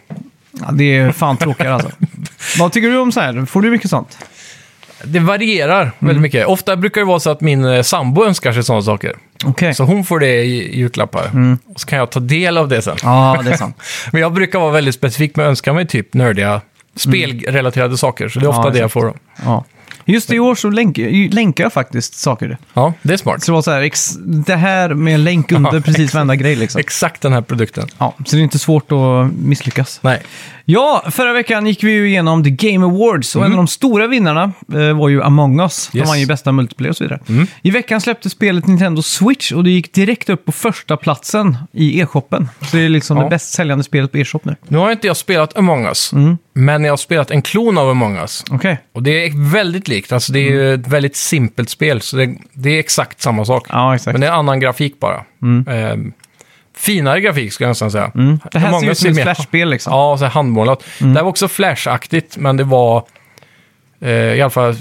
[SPEAKER 1] Ja, det är fan tråkigare alltså. Vad tycker du om så här? Får du mycket sånt?
[SPEAKER 2] Det varierar väldigt
[SPEAKER 1] Mm.
[SPEAKER 2] mycket. Ofta brukar det vara så att min eh, sambo önskar sig sådana saker.
[SPEAKER 1] Okej.
[SPEAKER 2] Så hon får det i julklappar. Och så kan jag ta del av det sen.
[SPEAKER 1] Mm. Ja, det är sant. Mm.
[SPEAKER 2] Men jag brukar vara väldigt specifik med att önska mig typ nördiga spelrelaterade saker. Så det är ofta
[SPEAKER 1] Ja,
[SPEAKER 2] det jag
[SPEAKER 1] exakt.
[SPEAKER 2] får. då.
[SPEAKER 1] Ja. Just i år så länk, länkar jag faktiskt saker.
[SPEAKER 2] Ja, det är smart.
[SPEAKER 1] Så det var så här, ex, det här med en länk under
[SPEAKER 2] Ja,
[SPEAKER 1] precis varenda grej liksom.
[SPEAKER 2] Exakt den här produkten.
[SPEAKER 1] Ja, så det är inte svårt att misslyckas.
[SPEAKER 2] Nej.
[SPEAKER 1] Ja, förra veckan gick vi ju igenom The Game Awards och en av de stora vinnarna eh, var ju Among Us. De
[SPEAKER 2] Mm. Yes. Mm.
[SPEAKER 1] vann ju bästa multiplayer och så vidare. I veckan släppte spelet Nintendo Switch och det gick direkt upp på första platsen i e-shoppen. Så det är liksom
[SPEAKER 2] Ja.
[SPEAKER 1] det bäst säljande spelet på e-shop nu.
[SPEAKER 2] Nu har inte jag spelat Among Us,
[SPEAKER 1] Mm.
[SPEAKER 2] men jag har spelat en klon av Among Us.
[SPEAKER 1] Okej.
[SPEAKER 2] Och det är väldigt likt. Alltså det är
[SPEAKER 1] Mm.
[SPEAKER 2] ju ett väldigt simpelt spel, så det, det är exakt samma sak.
[SPEAKER 1] Ja, exakt. Mm.
[SPEAKER 2] Men det är annan grafik bara. Ehm, finare grafik skulle jag nästan säga.
[SPEAKER 1] Det här ser
[SPEAKER 2] Among
[SPEAKER 1] ut
[SPEAKER 2] Us
[SPEAKER 1] som
[SPEAKER 2] är
[SPEAKER 1] ett
[SPEAKER 2] mer-
[SPEAKER 1] flashspel liksom.
[SPEAKER 2] Ja, så här handmålat. Det här var också flashaktigt, men det var eh, i alla fall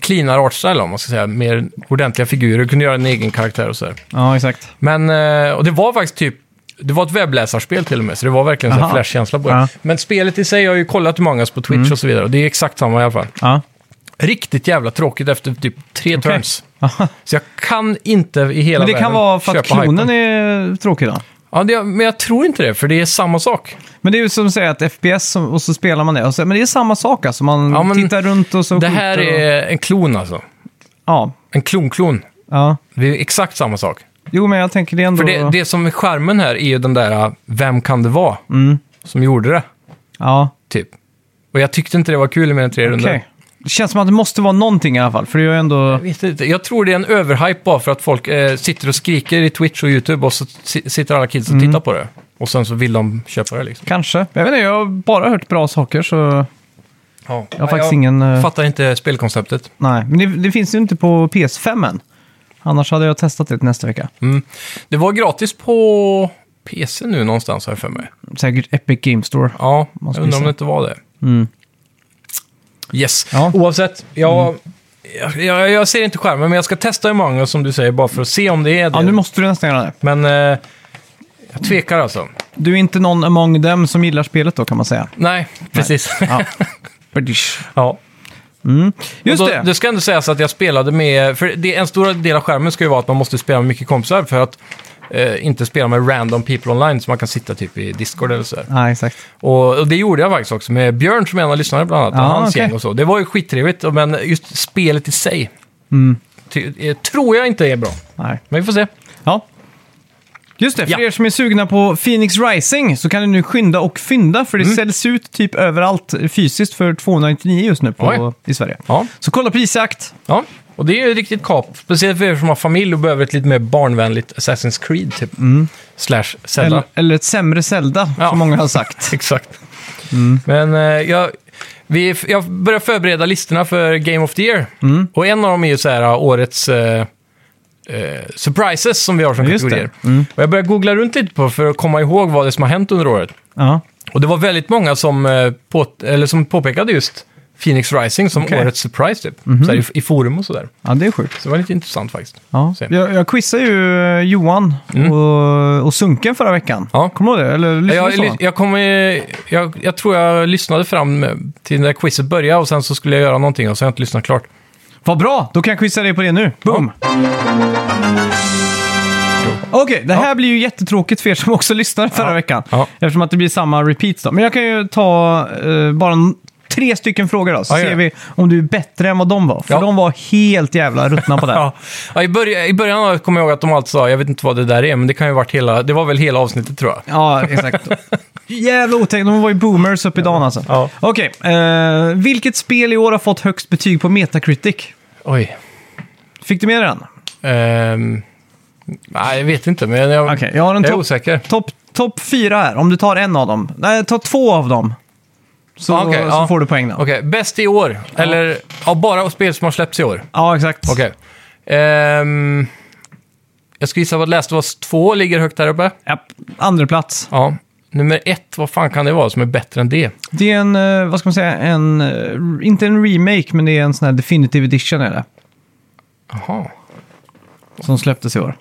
[SPEAKER 2] cleanare artstyle, om man ska säga. Mer ordentliga figurer, kunde göra en egen karaktär och sådär.
[SPEAKER 1] Ja, exakt.
[SPEAKER 2] Men, eh, och det var faktiskt typ, det var ett webbläsarspel till och med, så det var verkligen en
[SPEAKER 1] Aha.
[SPEAKER 2] flashkänsla på det.
[SPEAKER 1] Ja. Mm.
[SPEAKER 2] Men spelet i sig, jag har ju kollat hur många på Twitch och så vidare, och det är exakt samma i alla fall.
[SPEAKER 1] Ja.
[SPEAKER 2] Riktigt jävla tråkigt efter typ tre
[SPEAKER 1] Okej.
[SPEAKER 2] turns. Så jag kan inte i hela
[SPEAKER 1] Men det kan
[SPEAKER 2] världen
[SPEAKER 1] vara för att
[SPEAKER 2] köpa
[SPEAKER 1] klonen
[SPEAKER 2] hypen.
[SPEAKER 1] är tråkig då.
[SPEAKER 2] Ja, det, men jag tror inte det, för det är samma sak.
[SPEAKER 1] Men det är ju som att säga att FPS som- och så spelar man det. Och så, men det är samma sak alltså. Man
[SPEAKER 2] Ja, men
[SPEAKER 1] tittar runt och så
[SPEAKER 2] det här
[SPEAKER 1] skjuter och,
[SPEAKER 2] är en klon alltså.
[SPEAKER 1] Ja,
[SPEAKER 2] En klonklon.
[SPEAKER 1] ja.
[SPEAKER 2] Det är exakt samma sak.
[SPEAKER 1] Jo, men jag tänker det ändå...
[SPEAKER 2] För det, det som är skärmen här är ju den där, ah, vem kan det vara
[SPEAKER 1] Mm.
[SPEAKER 2] som gjorde det?
[SPEAKER 1] Ja,
[SPEAKER 2] Typ. Och jag tyckte inte det var kul i mer än tre
[SPEAKER 1] okej.
[SPEAKER 2] runder.
[SPEAKER 1] Det känns som att det måste vara någonting i alla fall. För det är ju ändå...
[SPEAKER 2] Jag vet inte. Jag tror det är en överhype bara för att folk eh, sitter och skriker i Twitch och YouTube och så si- sitter alla kids och
[SPEAKER 1] Mm.
[SPEAKER 2] tittar på det. Och sen så vill de köpa det liksom.
[SPEAKER 1] Kanske. Jag vet inte, jag har bara hört bra saker så...
[SPEAKER 2] Ja.
[SPEAKER 1] Jag har faktiskt ingen... eh,
[SPEAKER 2] fattar inte spelkonceptet.
[SPEAKER 1] Nej, men det, det finns ju inte på PS5 än. Annars hade jag testat det till nästa vecka.
[SPEAKER 2] Mm. Det var gratis på PC nu någonstans har jag för mig.
[SPEAKER 1] Säkert Epic Game Store.
[SPEAKER 2] Ja, jag
[SPEAKER 1] ska
[SPEAKER 2] undrar om
[SPEAKER 1] gissa.
[SPEAKER 2] det inte var det.
[SPEAKER 1] Mm.
[SPEAKER 2] Yes.
[SPEAKER 1] Ja. Mm.
[SPEAKER 2] Oavsett, jag, jag, jag, jag ser inte skärmen, men jag ska testa Among Us som du säger bara för att se om det är det.
[SPEAKER 1] Ja, nu måste du nästan göra det.
[SPEAKER 2] Men eh, jag tvekar alltså.
[SPEAKER 1] Du är inte någon among them som gillar spelet då kan man säga.
[SPEAKER 2] Nej, precis.
[SPEAKER 1] Ja.
[SPEAKER 2] ja.
[SPEAKER 1] Mm. Just
[SPEAKER 2] Och då,
[SPEAKER 1] det.
[SPEAKER 2] Det ska ändå sägas att jag spelade med... För det, en stor del av skärmen ska ju vara att man måste spela med mycket kompisar för att eh, inte spela med random people online så man kan sitta typ i Discord eller sådär.
[SPEAKER 1] Ja, exakt.
[SPEAKER 2] Och, och det gjorde jag faktiskt också med Björn som är en av lyssnarna bland annat.
[SPEAKER 1] Ja,
[SPEAKER 2] och hans
[SPEAKER 1] Ah, okej.
[SPEAKER 2] gäng och så. Det var ju skittrevligt, men just spelet i sig
[SPEAKER 1] Mm.
[SPEAKER 2] ty, eh, tror jag inte är bra.
[SPEAKER 1] Nej.
[SPEAKER 2] Men vi får se.
[SPEAKER 1] Ja. Just det, för
[SPEAKER 2] Ja.
[SPEAKER 1] er som är sugna på Phoenix Rising så kan ni nu skynda och fynda för det
[SPEAKER 2] Mm.
[SPEAKER 1] säljs ut typ överallt fysiskt för 299 just nu på,
[SPEAKER 2] Oj.
[SPEAKER 1] i Sverige.
[SPEAKER 2] Ja.
[SPEAKER 1] Så kolla prisjakt.
[SPEAKER 2] ja. Och det är ju ett riktigt kap. Speciellt för er som har familj och behöver ett lite mer barnvänligt Assassin's Creed typ. Slash Zelda.
[SPEAKER 1] Mm. Eller, eller ett sämre Zelda,
[SPEAKER 2] Ja.
[SPEAKER 1] som många har sagt.
[SPEAKER 2] Exakt. Men eh, jag, vi, jag börjar förbereda listorna för Game of the Year.
[SPEAKER 1] Mm.
[SPEAKER 2] Och en av dem är ju så här ah, årets eh, eh, surprises som vi har som
[SPEAKER 1] Just det. Mm.
[SPEAKER 2] kategorier. Och jag började googla runt lite på för att komma ihåg vad det är som har hänt under året.
[SPEAKER 1] Ja.
[SPEAKER 2] Och det var väldigt många som, eh, på, eller som påpekade just Phoenix Rising som
[SPEAKER 1] Okej.
[SPEAKER 2] årets surprise typ. så här, i, i forum och sådär.
[SPEAKER 1] ja, det är sjukt.
[SPEAKER 2] Så det var lite intressant faktiskt.
[SPEAKER 1] Ja.
[SPEAKER 2] Se. Mm.
[SPEAKER 1] Jag, jag quizade ju eh, Johan och, och Sunken förra veckan.
[SPEAKER 2] Ja.
[SPEAKER 1] Kommer du ihåg det? Eller lyssnade
[SPEAKER 2] Jag,
[SPEAKER 1] du på honom?
[SPEAKER 2] jag, kommer, jag, jag tror jag lyssnade fram till när quizet började och sen så skulle jag göra någonting och så har jag inte lyssnat klart.
[SPEAKER 1] Vad bra! Då kan jag quizza dig på det nu. Boom! Okej, det här blir ju jättetråkigt för er som också lyssnade förra veckan.
[SPEAKER 2] Ja.
[SPEAKER 1] Eftersom att det blir samma repeats då. Men jag kan ju ta eh, bara n- tre stycken frågor då, så
[SPEAKER 2] Ja, gör
[SPEAKER 1] ser
[SPEAKER 2] det.
[SPEAKER 1] vi om du är bättre än vad de var. För
[SPEAKER 2] Ja.
[SPEAKER 1] de var helt jävla ruttna på det.
[SPEAKER 2] Ja. Ja, i, början, I början av- kommer jag ihåg att de alltid sa, jag vet inte vad det där är, men det kan ju ha varit hela, det var väl hela avsnittet tror jag.
[SPEAKER 1] Ja, exakt. Jävla otäckt. De var ju boomers upp i dagen alltså.
[SPEAKER 2] Ja.
[SPEAKER 1] Okej, eh, vilket spel i år har fått högst betyg på Metacritic?
[SPEAKER 2] Oj.
[SPEAKER 1] Fick du med dig den?
[SPEAKER 2] Ehm, nej, jag vet inte, men jag,
[SPEAKER 1] Okej, jag har en
[SPEAKER 2] jag är
[SPEAKER 1] topp
[SPEAKER 2] osäker.
[SPEAKER 1] Topp top fyra här, om du tar en av dem. Nej, ta två av dem. Så,
[SPEAKER 2] Ja, Ah, okej,
[SPEAKER 1] så
[SPEAKER 2] ja.
[SPEAKER 1] får du poäng då.
[SPEAKER 2] Okej, bäst i år, eller ja, bara spel som har släppts i år.
[SPEAKER 1] Ja, exakt.
[SPEAKER 2] Okej. Ehm, jag skulle gissa på att Last of Us 2 ligger högt där uppe.
[SPEAKER 1] Ja, andra plats.
[SPEAKER 2] Ja. Nummer ett, vad fan kan det vara som är bättre än det?
[SPEAKER 1] Det är en, eh, vad ska man säga, en, eh, inte en remake, men det är en sån här definitive edition är det.
[SPEAKER 2] Jaha.
[SPEAKER 1] Som släpptes i år.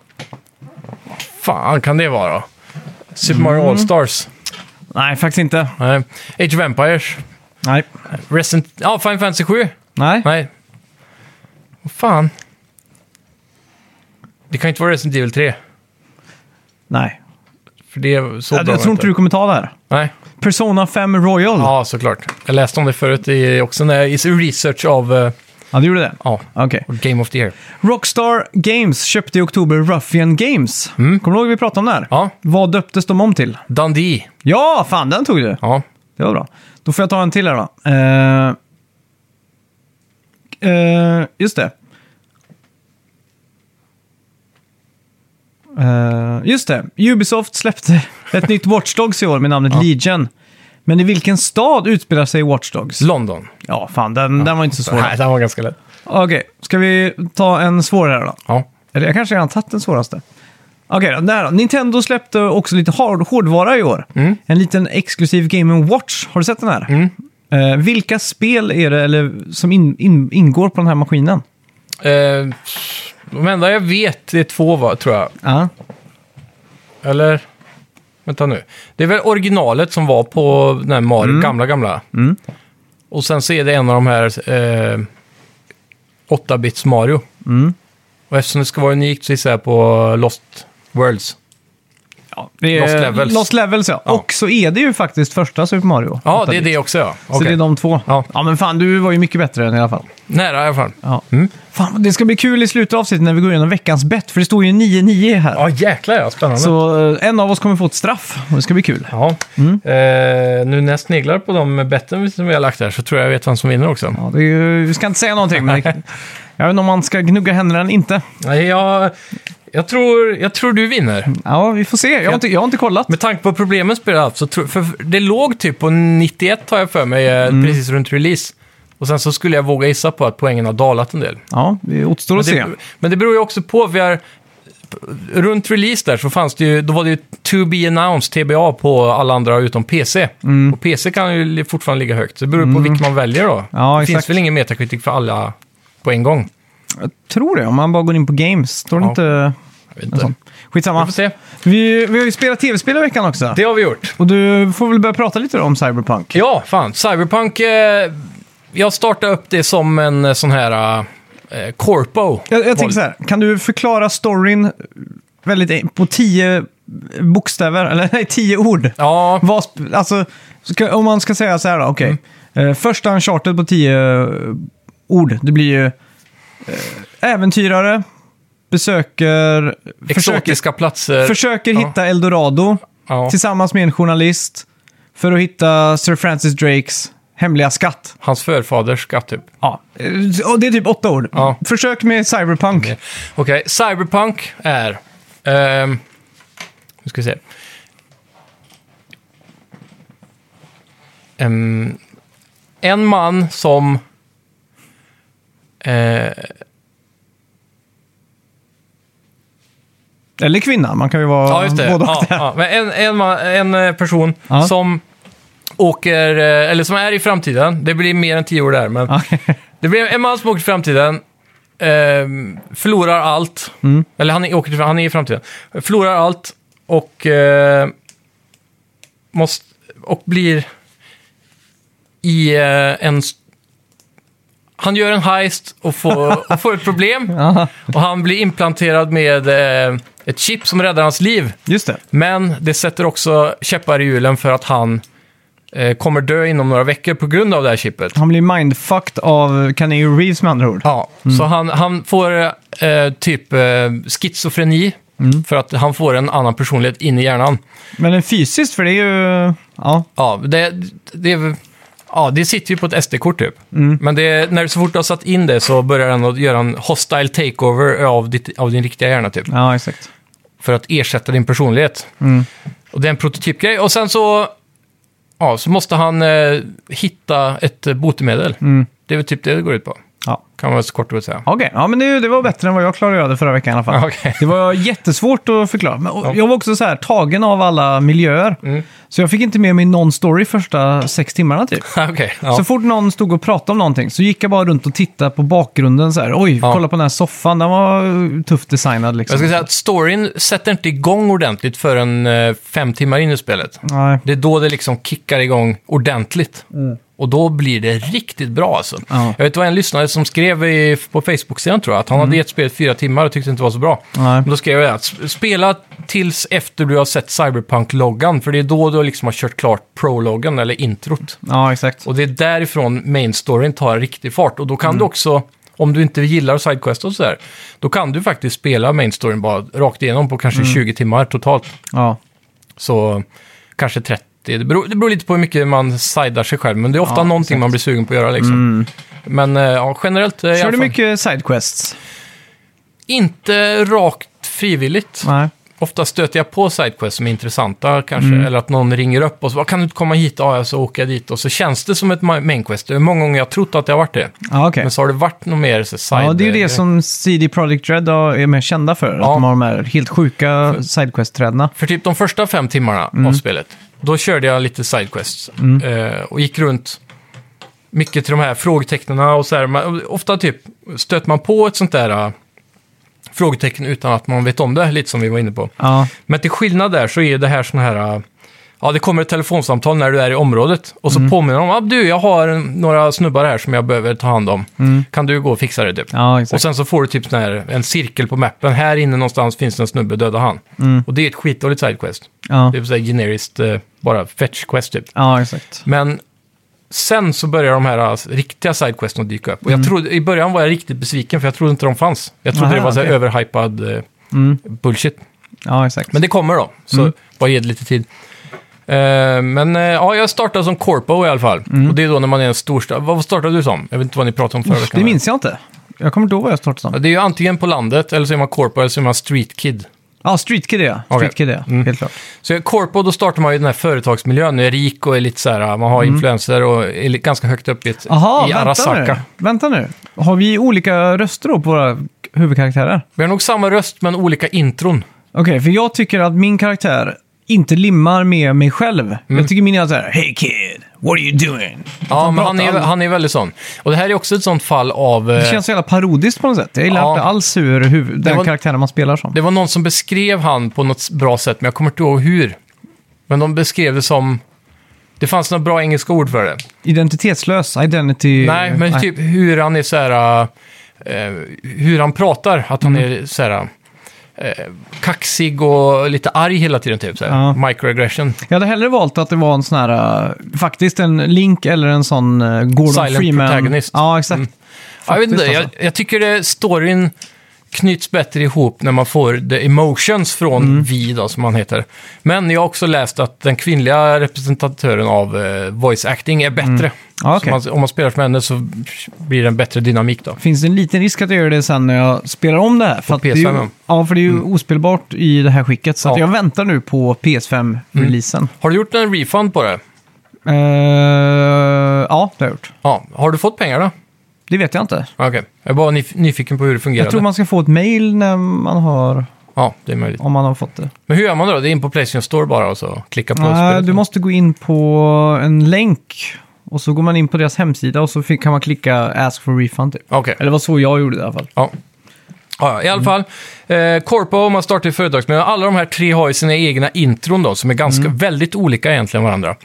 [SPEAKER 2] fan kan det vara? Super Mario
[SPEAKER 1] Mm.
[SPEAKER 2] All-Stars?
[SPEAKER 1] Nej, faktiskt inte.
[SPEAKER 2] Nej. Age of Empires?
[SPEAKER 1] Nej.
[SPEAKER 2] Resident... Ja, Final Fantasy 7?
[SPEAKER 1] Nej.
[SPEAKER 2] Nej. Vad fan? Det kan ju inte vara Resident Evil 3.
[SPEAKER 1] Nej.
[SPEAKER 2] För det är så
[SPEAKER 1] Jag,
[SPEAKER 2] bra
[SPEAKER 1] jag tror inte du kommer ta det här.
[SPEAKER 2] Nej.
[SPEAKER 1] Persona 5 Royal. Ja,
[SPEAKER 2] Ja, såklart. Jag läste om det förut i, också när jag, i research av eh,
[SPEAKER 1] du gjorde det.
[SPEAKER 2] ja,
[SPEAKER 1] Okej.
[SPEAKER 2] Game of the Year.
[SPEAKER 1] Rockstar Games köpte i oktober Ruffian Games. Kommer du ihåg vi pratade om det här?
[SPEAKER 2] Mm. Ja.
[SPEAKER 1] Vad döptes de om till?
[SPEAKER 2] Dundee.
[SPEAKER 1] Ja, fan den tog du.
[SPEAKER 2] Ja.
[SPEAKER 1] Det var bra. Då får jag ta en till här då. Eh, eh, just det. Eh, just det. Ubisoft släppte ett nytt Watch Dogs i år med namnet Legion. Men i vilken stad utspelar sig Watch Dogs?
[SPEAKER 2] London.
[SPEAKER 1] Ja, fan den, den var inte så svår.
[SPEAKER 2] Nej, den var ganska lätt.
[SPEAKER 1] Okej, ska vi ta en svårare då?
[SPEAKER 2] Ja.
[SPEAKER 1] Eller jag kanske redan tagit den svåraste. Okej, då, där då. Nintendo släppte
[SPEAKER 2] Mm.
[SPEAKER 1] också lite hard- hårdvara i år. En liten exklusiv Game Watch. Har du sett den här? Eh, vilka spel är det eller, som in, in, ingår på den här maskinen?
[SPEAKER 2] Eh, de enda jag vet är två, va, tror jag.
[SPEAKER 1] Ja,
[SPEAKER 2] Eller? Vänta nu. Det är väl originalet som var på den här Mario,
[SPEAKER 1] Mm.
[SPEAKER 2] gamla, gamla. Och sen så är det en av de här eh, 8-bits Mario.
[SPEAKER 1] Mm.
[SPEAKER 2] Och eftersom det ska vara unikt så gissar jag på Lost Worlds.
[SPEAKER 1] ja, det är,
[SPEAKER 2] Lost Levels.
[SPEAKER 1] Lost Levels, ja.
[SPEAKER 2] Ja.
[SPEAKER 1] Och så är det ju faktiskt första Super Mario.
[SPEAKER 2] Ja, det är
[SPEAKER 1] 8-bit.
[SPEAKER 2] det också ja.
[SPEAKER 1] Så
[SPEAKER 2] Okej.
[SPEAKER 1] det är de två.
[SPEAKER 2] Ja.
[SPEAKER 1] ja, men fan du var ju mycket bättre än i alla fall.
[SPEAKER 2] Nära i alla fall.
[SPEAKER 1] Ja. Fan, det ska bli kul i slutet av avsnittet när vi går igenom veckans bett, för det står ju 9-9 här.
[SPEAKER 2] Ja, jäklar ja. Spännande.
[SPEAKER 1] Så eh, en av oss kommer få ett straff och det ska bli kul.
[SPEAKER 2] Ja.
[SPEAKER 1] Mm.
[SPEAKER 2] Eh, nu när jag sneglar på de betten som vi har lagt här så tror jag jag vet vem som vinner också.
[SPEAKER 1] Ja, det är ju, vi ska inte säga någonting, men det, jag vet inte om man ska gnugga händerna eller inte.
[SPEAKER 2] Nej, jag, jag, tror, jag tror du vinner.
[SPEAKER 1] Ja, vi får se. Jag har inte, jag har inte kollat.
[SPEAKER 2] Med tanke på problemen spelar jag så tror, för det låg typ på 91 har jag för mig, eh,
[SPEAKER 1] Mm.
[SPEAKER 2] precis runt release. Och sen så skulle jag våga gissa på att poängen har dalat en del.
[SPEAKER 1] Ja, det återstår att se.
[SPEAKER 2] Det, men det beror ju också på, vi har, runt release där så fanns det ju, då var det ju to be announced, TBA, på alla andra utom PC.
[SPEAKER 1] Mm.
[SPEAKER 2] Och PC kan ju li- fortfarande ligga högt, så det beror på vilken man väljer då.
[SPEAKER 1] Ja,
[SPEAKER 2] det
[SPEAKER 1] exakt.
[SPEAKER 2] finns väl ingen metakritik för alla på en gång?
[SPEAKER 1] Jag tror det, om man bara går in på Games. Står det
[SPEAKER 2] Ja.
[SPEAKER 1] inte...
[SPEAKER 2] Jag
[SPEAKER 1] en
[SPEAKER 2] vet inte.
[SPEAKER 1] sån? Skitsamma.
[SPEAKER 2] Vi får se.
[SPEAKER 1] Vi, vi har ju spelat tv-spel i veckan också.
[SPEAKER 2] Det har vi gjort.
[SPEAKER 1] Och du får väl börja prata lite då om Cyberpunk.
[SPEAKER 2] Ja, fan. Cyberpunk, eh, jag startade upp det som en eh, sån här eh, corpo.
[SPEAKER 1] Jag, jag
[SPEAKER 2] Val-
[SPEAKER 1] tänker så här, kan du förklara storyn väldigt en- på tio bokstäver, eller nej, tio ord?
[SPEAKER 2] Ja,
[SPEAKER 1] Vad, sp- alltså, ska, om man ska säga så här då, okej.
[SPEAKER 2] Mm.
[SPEAKER 1] Eh, första uncharted på tio eh, ord, det blir ju eh, äventyrare, besöker, försöker,
[SPEAKER 2] exotiska platser.
[SPEAKER 1] försöker
[SPEAKER 2] Ja.
[SPEAKER 1] hitta Eldorado
[SPEAKER 2] ja.
[SPEAKER 1] tillsammans med en journalist för att hitta Sir Francis Drakes hemliga skatt.
[SPEAKER 2] Hans förfaders skatt, typ.
[SPEAKER 1] Ja. Och det är typ åtta ord.
[SPEAKER 2] Ja. Mm.
[SPEAKER 1] Försök med Cyberpunk.
[SPEAKER 2] Okej, Cyberpunk är... ehm, nu ska vi se. Ehm, en man som... eh,
[SPEAKER 1] Eller kvinna, man kan ju vara
[SPEAKER 2] Ja, just det.
[SPEAKER 1] både och.
[SPEAKER 2] Ja,
[SPEAKER 1] där.
[SPEAKER 2] ja. Men en, en, man, en eh, person
[SPEAKER 1] Ja.
[SPEAKER 2] som åker, eh, eller som är i framtiden. Det blir mer än tio år där, men
[SPEAKER 1] Okej.
[SPEAKER 2] det blir en man som åker till framtiden. ehm, förlorar allt.
[SPEAKER 1] Mm.
[SPEAKER 2] Eller han är, åker till, han är i framtiden. Förlorar allt och eh, måste, och blir i eh, en... s- Han gör en heist och får, och får ett problem.
[SPEAKER 1] Ja,
[SPEAKER 2] Och han blir implanterad med eh, ett chip som räddar hans liv.
[SPEAKER 1] just det.
[SPEAKER 2] Men det sätter också käppar i hjulen för att han eh, kommer dö inom några veckor på grund av det här chippet.
[SPEAKER 1] Han blir mindfucked av Keanu Reeves med andra ord.
[SPEAKER 2] Ja, så han, han får eh, typ eh, schizofreni för att han får en annan personlighet in i hjärnan.
[SPEAKER 1] Men en fysiskt, för det är ju... Ja,
[SPEAKER 2] Ja, det, det, är- ja, det sitter ju på ett SD-kort typ. Men det, när, så fort du har satt in det så börjar den att göra en hostile takeover av, ditt, av din riktiga hjärna typ.
[SPEAKER 1] ja exakt.
[SPEAKER 2] för att ersätta din personlighet. Och det är en prototypgrej. Och sen så, ja, så måste han eh, hitta ett eh, botemedel. Det är väl typ det det går ut på.
[SPEAKER 1] Ja.
[SPEAKER 2] Kan man så kort och gott säga.
[SPEAKER 1] Okej, ja, men det, det var bättre än vad jag klarade förra veckan i alla fall.
[SPEAKER 2] Ja, okej.
[SPEAKER 1] Det var jättesvårt att förklara. Men, och, Jag var också så här tagen av alla miljöer.
[SPEAKER 2] Mm.
[SPEAKER 1] Så jag fick inte med mig någon story första sex timmarna typ.
[SPEAKER 2] Okej. ja.
[SPEAKER 1] Så fort någon stod och pratade om någonting så gick jag bara runt och tittade på bakgrunden så här. Oj,
[SPEAKER 2] Ja.
[SPEAKER 1] kolla på den här soffan. Den var eh, tufft designad liksom.
[SPEAKER 2] Jag ska säga att storyn sätter inte igång ordentligt förrän eh, fem timmar in i spelet.
[SPEAKER 1] Nej.
[SPEAKER 2] Det är då det liksom kickar igång ordentligt. Och då blir det riktigt bra alltså.
[SPEAKER 1] Mm. Ja.
[SPEAKER 2] Jag vet det var en lyssnare som skrev i, på Facebook-sidan tror jag, att han hade gett spelet fyra timmar och tyckte det inte var så bra.
[SPEAKER 1] Mm. Nej.
[SPEAKER 2] Men då skrev jag att sp- spela tills efter du har sett Cyberpunk-loggan, för det är då du liksom har kört klart prologen eller introt.
[SPEAKER 1] Ja, exakt.
[SPEAKER 2] Och det är därifrån main storyn tar riktig fart. Och då
[SPEAKER 1] Mm.
[SPEAKER 2] kan du också, om du inte gillar sidequest och sådär, då kan du faktiskt spela main storyn bara rakt igenom på kanske
[SPEAKER 1] Mm.
[SPEAKER 2] 20 timmar totalt.
[SPEAKER 1] Ja.
[SPEAKER 2] Så kanske 30. Det beror, det beror lite på hur mycket man sidar sig själv, men det är ofta
[SPEAKER 1] Ja, Mm.
[SPEAKER 2] någonting man blir sugen på att göra. Liksom. Men eh, ja, generellt, eh, i
[SPEAKER 1] Kör
[SPEAKER 2] alla
[SPEAKER 1] du
[SPEAKER 2] fall,
[SPEAKER 1] mycket sidequests?
[SPEAKER 2] inte rakt frivilligt.
[SPEAKER 1] Nej.
[SPEAKER 2] Ofta stöter jag på sidequests som är intressanta kanske,
[SPEAKER 1] Mm.
[SPEAKER 2] eller att någon ringer upp och så "Vad, kan du inte komma hit? Ja, så åker jag dit och så känns det som ett ma- mainquest. Det är många gånger jag har trott att det har varit det,
[SPEAKER 1] Ja, okej.
[SPEAKER 2] men så har det varit något mer så side
[SPEAKER 1] Ja, det är ju det som CD Projekt Red har- är mer kända för. Att
[SPEAKER 2] Ja.
[SPEAKER 1] de har de här helt sjuka sidequest-trädena.
[SPEAKER 2] För typ de första fem timmarna av spelet, då körde jag lite sidequests. Eh, och gick runt mycket till de här frågetecknen och så här. Man, ofta typ stöter man på ett sånt där äh, frågetecken utan att man vet om det, lite som vi var inne på.
[SPEAKER 1] Ja.
[SPEAKER 2] Men till skillnad där så är det här sån här... äh, Ja, det kommer ett telefonsamtal när du är i området. Och så påminner de om, ah, du, jag har en- några snubbar här som jag behöver ta hand om. Kan du gå och fixa det typ?
[SPEAKER 1] Ja, exakt.
[SPEAKER 2] Och sen så får du typ sån här, en cirkel på mappen. Här inne någonstans finns det en snubbe, döda han.
[SPEAKER 1] Mm.
[SPEAKER 2] Och det är ett skitdåligt sidequest.
[SPEAKER 1] Ja.
[SPEAKER 2] Det är så här generiskt, eh, bara fetch-quest typ.
[SPEAKER 1] ja, exakt.
[SPEAKER 2] Men sen så börjar de här alltså, riktiga sidequesten att dyka upp. Och jag trodde, i början var jag riktigt besviken för jag trodde inte de fanns. Jag trodde
[SPEAKER 1] Mm. Aha,
[SPEAKER 2] det var så här
[SPEAKER 1] okej. Mm.
[SPEAKER 2] överhypad eh, bullshit.
[SPEAKER 1] Ja, exakt.
[SPEAKER 2] Men det kommer då, så
[SPEAKER 1] Mm.
[SPEAKER 2] bara ge det lite tid. Eh, men eh, ja, jag startade som corpo i alla fall.
[SPEAKER 1] Mm.
[SPEAKER 2] Och det är då när man är en storstad. Vad startade du som? Jag vet inte vad ni pratade om förra veckan.
[SPEAKER 1] det minns jag inte. Jag kommer inte ihåg vad jag startade
[SPEAKER 2] Ja,
[SPEAKER 1] som.
[SPEAKER 2] Det är ju antingen på landet, eller så är man corpo, eller så är man street kid.
[SPEAKER 1] Ja, Street Kid är jag. Street
[SPEAKER 2] Okej. Mm.
[SPEAKER 1] Kid är jag, helt klart.
[SPEAKER 2] Så i corpo, då startar man ju den här företagsmiljön. Nu är rik och är lite så här, man har influenser och är li- ganska högt upp i, ett,
[SPEAKER 1] Mm. Aha,
[SPEAKER 2] i
[SPEAKER 1] vänta nu.
[SPEAKER 2] Arasaka.
[SPEAKER 1] vänta nu. Har vi olika röster då på våra huvudkaraktärer?
[SPEAKER 2] Vi har nog samma röst, men olika intron.
[SPEAKER 1] Okej, för jag tycker att min karaktär inte limmar med mig själv.
[SPEAKER 2] Mm.
[SPEAKER 1] Jag tycker min är så här, Hey kid, what are you doing?
[SPEAKER 2] Ja, men han är,
[SPEAKER 1] pratar han?
[SPEAKER 2] han är väldigt sån. Och det här är också ett sånt fall av... eh,
[SPEAKER 1] Det känns så jävla parodiskt på något sätt. Jag gillar
[SPEAKER 2] Ja.
[SPEAKER 1] inte alls hur huvud, den
[SPEAKER 2] var-
[SPEAKER 1] karaktären man spelar som.
[SPEAKER 2] Det var någon som beskrev han på något bra sätt, men jag kommer inte ihåg hur. Men de beskrev det som... Det fanns några bra engelska ord för det.
[SPEAKER 1] Identitetslös, identity...
[SPEAKER 2] Nej, men typ hur han är så här... eh, hur han pratar, att han
[SPEAKER 1] Mm.
[SPEAKER 2] är så här... eh, kaxig och lite arg hela tiden, typ. Så här.
[SPEAKER 1] Ja.
[SPEAKER 2] Microaggression.
[SPEAKER 1] Jag hade hellre valt att det var en sån här, eh, faktiskt en Link eller en sån eh, Gordon
[SPEAKER 2] Silent
[SPEAKER 1] Freeman.
[SPEAKER 2] protagonist. Mm.
[SPEAKER 1] Ja, exakt.
[SPEAKER 2] jag vet inte,
[SPEAKER 1] Faktiskt,
[SPEAKER 2] jag,
[SPEAKER 1] alltså.
[SPEAKER 2] jag tycker det, storyn knyts bättre ihop när man får the emotions från
[SPEAKER 1] Mm.
[SPEAKER 2] Vi, då, som han heter. Men jag har också läst att den kvinnliga representatören av eh, voice acting är bättre.
[SPEAKER 1] Mm. Ja,
[SPEAKER 2] Så
[SPEAKER 1] okej.
[SPEAKER 2] man, om man spelar som henne så blir det en bättre dynamik då.
[SPEAKER 1] Finns det en liten risk att jag gör det sen när jag spelar om det här? För att det är
[SPEAKER 2] PS5,
[SPEAKER 1] ju,
[SPEAKER 2] ja.
[SPEAKER 1] ja, för det är ju ospelbart i det här skicket. Så att
[SPEAKER 2] Mm. Ja.
[SPEAKER 1] jag väntar nu på PS5-releasen.
[SPEAKER 2] Har du gjort en refund på det? Mm.
[SPEAKER 1] Eh, ja, det har jag gjort.
[SPEAKER 2] Ja. Har du fått pengar då?
[SPEAKER 1] Det vet jag inte.
[SPEAKER 2] Okej, jag är bara nyf- nyfiken på hur det fungerar.
[SPEAKER 1] Jag tror man ska få ett mail när man har,
[SPEAKER 2] Ja, det är möjligt.
[SPEAKER 1] om man har fått det.
[SPEAKER 2] Men hur gör man då? Det är in på Playstation Store bara och så klicka på
[SPEAKER 1] Nej,
[SPEAKER 2] spelet?
[SPEAKER 1] du måste gå in på en länk och så går man in på deras hemsida och så fick- kan man klicka ask for refund. Typ.
[SPEAKER 2] Okej.
[SPEAKER 1] Eller vad så jag gjorde i alla fall.
[SPEAKER 2] Ja. Ja, ja, i alla fall. Eh, Corpo, om man startar i företagsmiljö, alla de här tre har ju sina egna intron då, som är ganska,
[SPEAKER 1] Mm.
[SPEAKER 2] väldigt olika egentligen varandra.